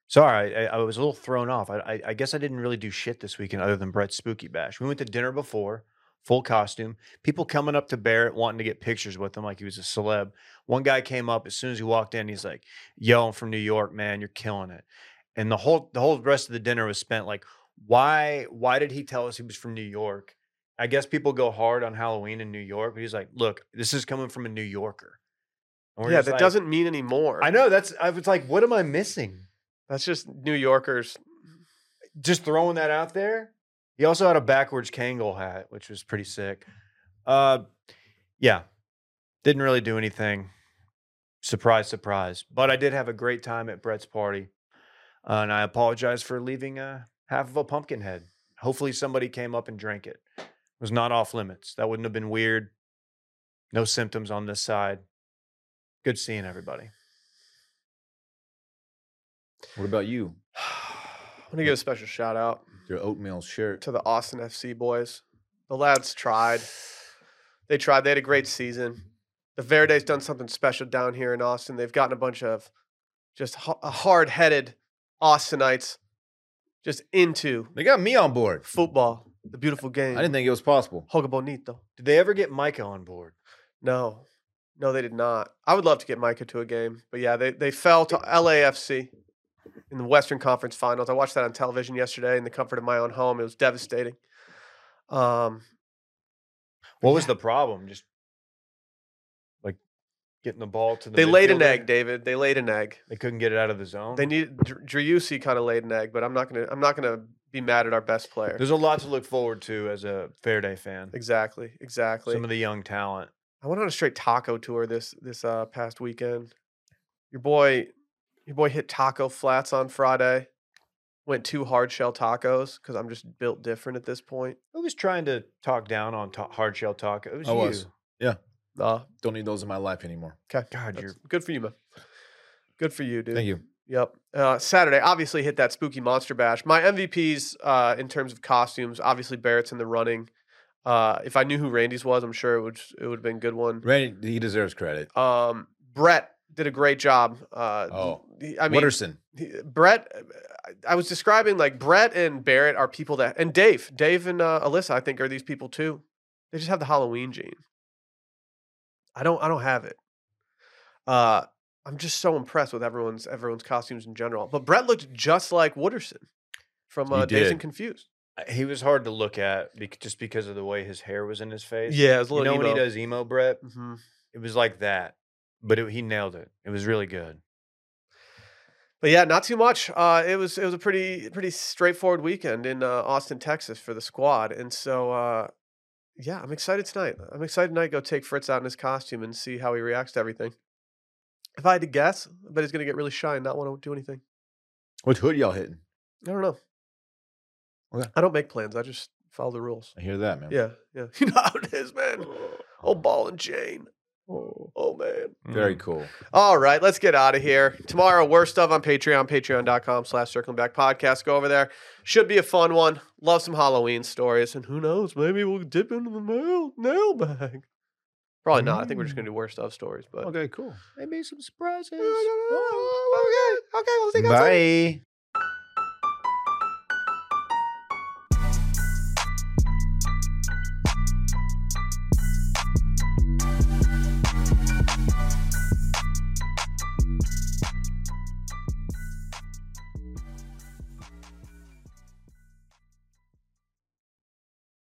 S2: Sorry, I, I was a little thrown off. I, I, I guess I didn't really do shit this weekend other than Brett's spooky bash. We went to dinner before, full costume. People coming up to Barrett wanting to get pictures with him like he was a celeb. One guy came up as soon as he walked in. He's like, "Yo, I'm from New York, man. You're killing it." And the whole the whole rest of the dinner was spent like, why why did he tell us he was from New York? I guess people go hard on Halloween in New York, but he's like, "Look, this is coming from a New Yorker." And we're
S1: yeah,
S2: just
S1: that
S2: like,
S1: doesn't mean anymore.
S2: I know that's. I was like, what am I missing?
S1: That's just New Yorkers.
S2: Just throwing that out there. He also had a backwards Kangol hat, which was pretty sick. Uh, yeah, didn't really do anything. Surprise, surprise. But I did have a great time at Brett's party, uh, and I apologize for leaving uh, half of a pumpkin head. Hopefully, somebody came up and drank it. It was not off limits. That wouldn't have been weird. No symptoms on this side. Good seeing everybody.
S3: What about you?
S1: I want to give a special shout out
S3: Your oatmeal shirt.
S1: to the Austin FC boys. The lads tried. They tried. They had a great season. The Verde's done something special down here in Austin. They've gotten a bunch of just hard headed Austinites just into
S3: They got me on board.
S1: football, the beautiful game.
S3: I didn't think it was possible.
S1: Joga bonito.
S2: Did they ever get Micah on board?
S1: No, no, they did not. I would love to get Micah to a game, but yeah, they they fell to LAFC in the Western Conference Finals. I watched that on television yesterday in the comfort of my own home. It was devastating. Um,
S2: What was the problem? Just like getting the ball to the.
S1: they laid an
S2: midfielder?
S1: egg, David. They laid an egg.
S2: They couldn't get it out of the zone.
S1: They need Dr- Driussi kind of laid an egg, but I'm not gonna I'm not gonna be mad at our best player.
S2: There's a lot to look forward to as a Faraday fan.
S1: exactly, exactly.
S2: Some of the young talent.
S1: I went on a straight taco tour this this uh, past weekend. Your boy, your boy hit taco flats on Friday. Went two hard shell tacos because I'm just built different at this point.
S2: Who was trying to talk down on ta- hard shell talk? It was
S3: I
S2: you.
S3: was.
S1: Uh,
S3: Don't need those in my life anymore.
S1: okay,
S2: God, you're
S1: good for you, man. Good for you, dude.
S3: Thank you.
S1: Yep. Uh, Saturday, obviously, hit that spooky monster bash. My MVPs uh, in terms of costumes, obviously Barrett's in the running. Uh, if I knew who Randy's was, I'm sure it would it would have been a good one.
S3: Randy, he deserves credit.
S1: Um, Brett did a great job. Uh,
S3: Oh.
S1: he- I mean,
S3: Witterson.
S1: he- Brett, uh, I- I was describing like Brett and Barrett are people that, and Dave, Dave and uh, Alyssa, I think are these people too. They just have the Halloween gene. I don't, I don't have it. Uh, I'm just so impressed with everyone's everyone's costumes in general. But Brett looked just like Wooderson from
S3: He
S1: uh, Days and
S3: did.
S1: Confused.
S2: he was hard to look at bec- just because of the way his hair was in his face.
S1: Yeah, it was a
S2: You
S1: little
S2: know when he
S1: emo.
S2: does emo, Brett?
S1: Mhm.
S2: It was like that, but it, he nailed it. It was really good.
S1: But yeah, not too much. Uh, it was it was a pretty pretty straightforward weekend in uh, Austin, Texas for the squad, and so uh, yeah, I'm excited tonight. I'm excited tonight. to Go take Fritz out in his costume and see how he reacts to everything. If I had to guess, I bet he's gonna get really shy and not want to do anything.
S3: What hood y'all hitting?
S1: I don't know.
S3: Okay.
S1: I don't make plans. I just follow the rules.
S3: I hear that, man.
S1: Yeah, yeah. You know how it is, man. Oh, ball and chain. Oh, oh man.
S3: Very
S2: Mm.
S3: cool.
S1: All right, let's get out of here. Tomorrow, worst of on Patreon, patreon.com slash circling back podcast. Go over there. Should be a fun one. Love some Halloween stories. And who knows, maybe we'll dip into the mail nailbag. Probably not. I think we're just gonna do worst of stories, but
S3: Okay, cool.
S2: Maybe some surprises.
S1: okay, okay, we'll see you guys later.
S3: Bye.